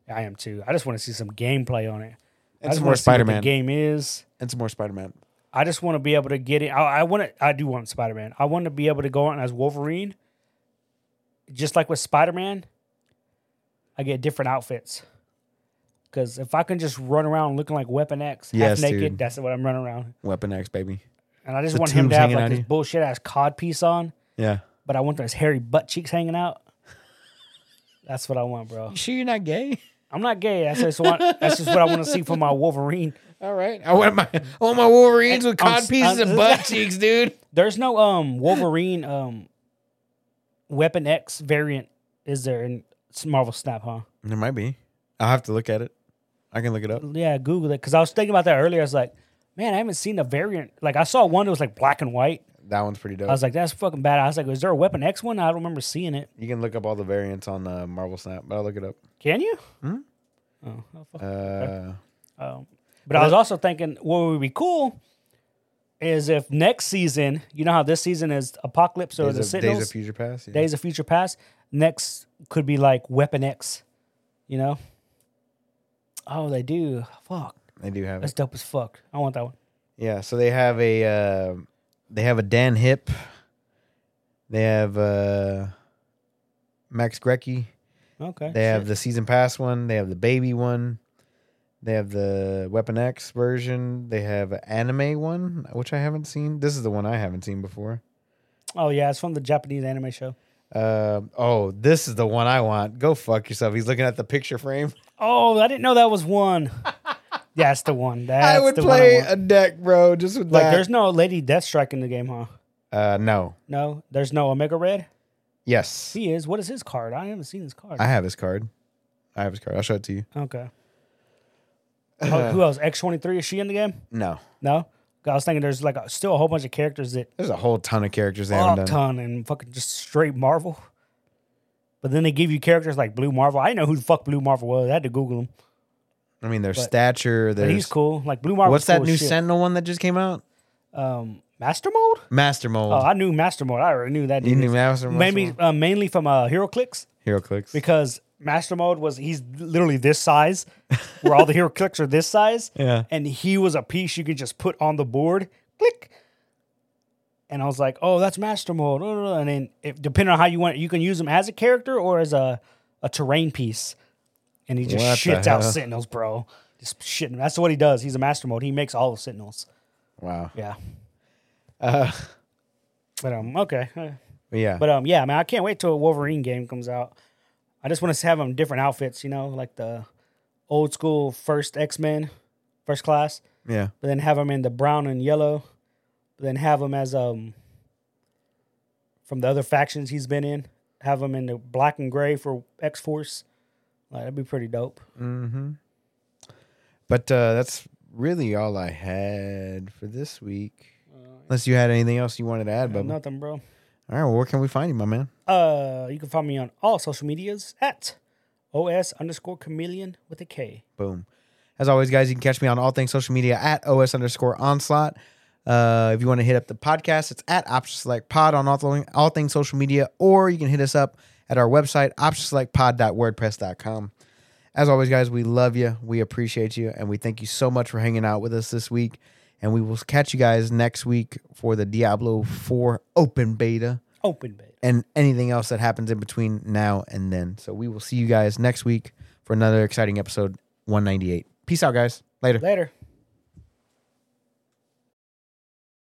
I am too. I just want to see some gameplay on it. I
And
just wanna see
some more
what the
Spider-Man.
Game is.
and some more Spider-Man.
I just want to be able to get it. I, I want to. I do want Spider Man. I want to be able to go on as Wolverine. Just like with Spider Man, I get different outfits. Because if I can just run around looking like Weapon X, half
Yes,
naked,
dude.
that's what I'm running around.
Weapon X, baby.
And I just
The
want him
tubes
to have
hanging out
like
of
this
you.
bullshit ass cod piece on,
Yeah.
but I want those hairy butt cheeks hanging out. That's what I want, bro.
sure you're not gay?
I'm not gay. That's just what, that's just what I want to see for my Wolverine.
All right. I want my I want my Wolverines with
I'm
cod
s-
pieces
I'm-
and butt cheeks, dude.
There's no um Wolverine um Weapon X variant, is there in Marvel Snap? Huh?
There might be. I'll have to look at it. I can look it up.
Yeah, Google it because I was thinking about that earlier. I was like, man, I haven't seen a variant. Like I saw one that was like black and white.
That one's pretty dope.
I was like, that's fucking bad. I was like, is there a Weapon X one? I don't remember seeing it.
you can look up all the variants on uh, Marvel Snap, but I'll look it up.
Can you?
Hmm?
Oh, oh, fuck.
Uh,
Um, but I was also thinking what would be cool is if next season, you know how this season is Apocalypse or
Days,
the
of, Days
Sentinels.
of Future Past. yeah.
Days of Future Past. Next could be like Weapon X, you know? Oh, they do. Fuck.
They do have
That's
it.
dope as fuck. I want that one.
Yeah, so they have a uh, they have a Dan Hip. They have uh, Max Grecki.
Okay.
They have the season pass one. They have the baby one. They have the Weapon X version. They have an anime one, which I haven't seen. This is the one I haven't seen before.
Oh, yeah. It's from the Japanese anime show.
Um, Uh, oh, this is the one I want. Go fuck yourself. He's looking at the picture frame.
Oh, I didn't know that was one. That's the one. That's
I would
the one
play
want.
a deck, bro, just with
like,
that.
there's no Lady Deathstrike in the game, huh?
uh, no.
No, there's no Omega Red.
Yes.
He is. What is his card? I haven't seen his card.
I have his card. I have his card. I'll show it to you.
okay. Oh, who else? X twenty three. Is she in the game?
No.
No. I was thinking there's like a, still a whole bunch of characters that
There's a whole ton of characters they
fuck
haven't done.
ton and fucking just straight Marvel. But then they give you characters like Blue Marvel. I didn't know who the fuck Blue Marvel was. I had to Google him.
I mean, there's
But-
stature.
But
There's
he's cool. Like Blue Marvel.
what's that
cool
new
as shit.
Sentinel one that just came out?
Um, Master Mode.
Master Mold.
Oh, I knew Master Mode. I already knew that.
you
dude.
knew Master Mold.
Maybe uh, mainly from uh, Hero Clicks
Hero Clicks.
because Master Mode was he's literally this size, where all the Hero Clicks are this size.
yeah.
and he was a piece you could just put on the board, click. And I was like, oh, that's master mode. uh, uh, And then it, depending on how you want, it, you can use him as a character or as a, a terrain piece. And he just
What the
shits out
hell?
sentinels, bro. Just shitting. That's what he does. He's a master mode. He makes all the sentinels.
Wow.
Yeah.
Uh,
But um, okay. Uh,
yeah.
But um, yeah, man, I can't wait till a Wolverine game comes out. I just want to have him different outfits, you know, like the old school first X Men, first class.
yeah.
but then have him in the brown and yellow, but then have him as um from the other factions he's been in, have him in the black and gray for X Force. Like that'd be pretty dope.
Mm-hmm. But uh, that's really all I had for this week. Unless you had anything else you wanted to add, Bubba.
Nothing, bro.
All right, well, where can we find you, my man?
Uh, you can find me on all social medias at os underscore chameleon with a K.
Boom. As always, guys, you can catch me on all things social media at OS underscore onslaught. Uh, if you want to hit up the podcast, it's at Option Select Pod on all, th- all things social media, or you can hit us up at our website, optionselectpod.wordpress.com. As always, guys, we love you, we appreciate you, and we thank you so much for hanging out with us this week. And we will catch you guys next week for the Diablo 4 open beta
Open beta.
and anything else that happens in between now and then. So we will see you guys next week for another exciting episode 198. Peace out, guys. Later.
Later.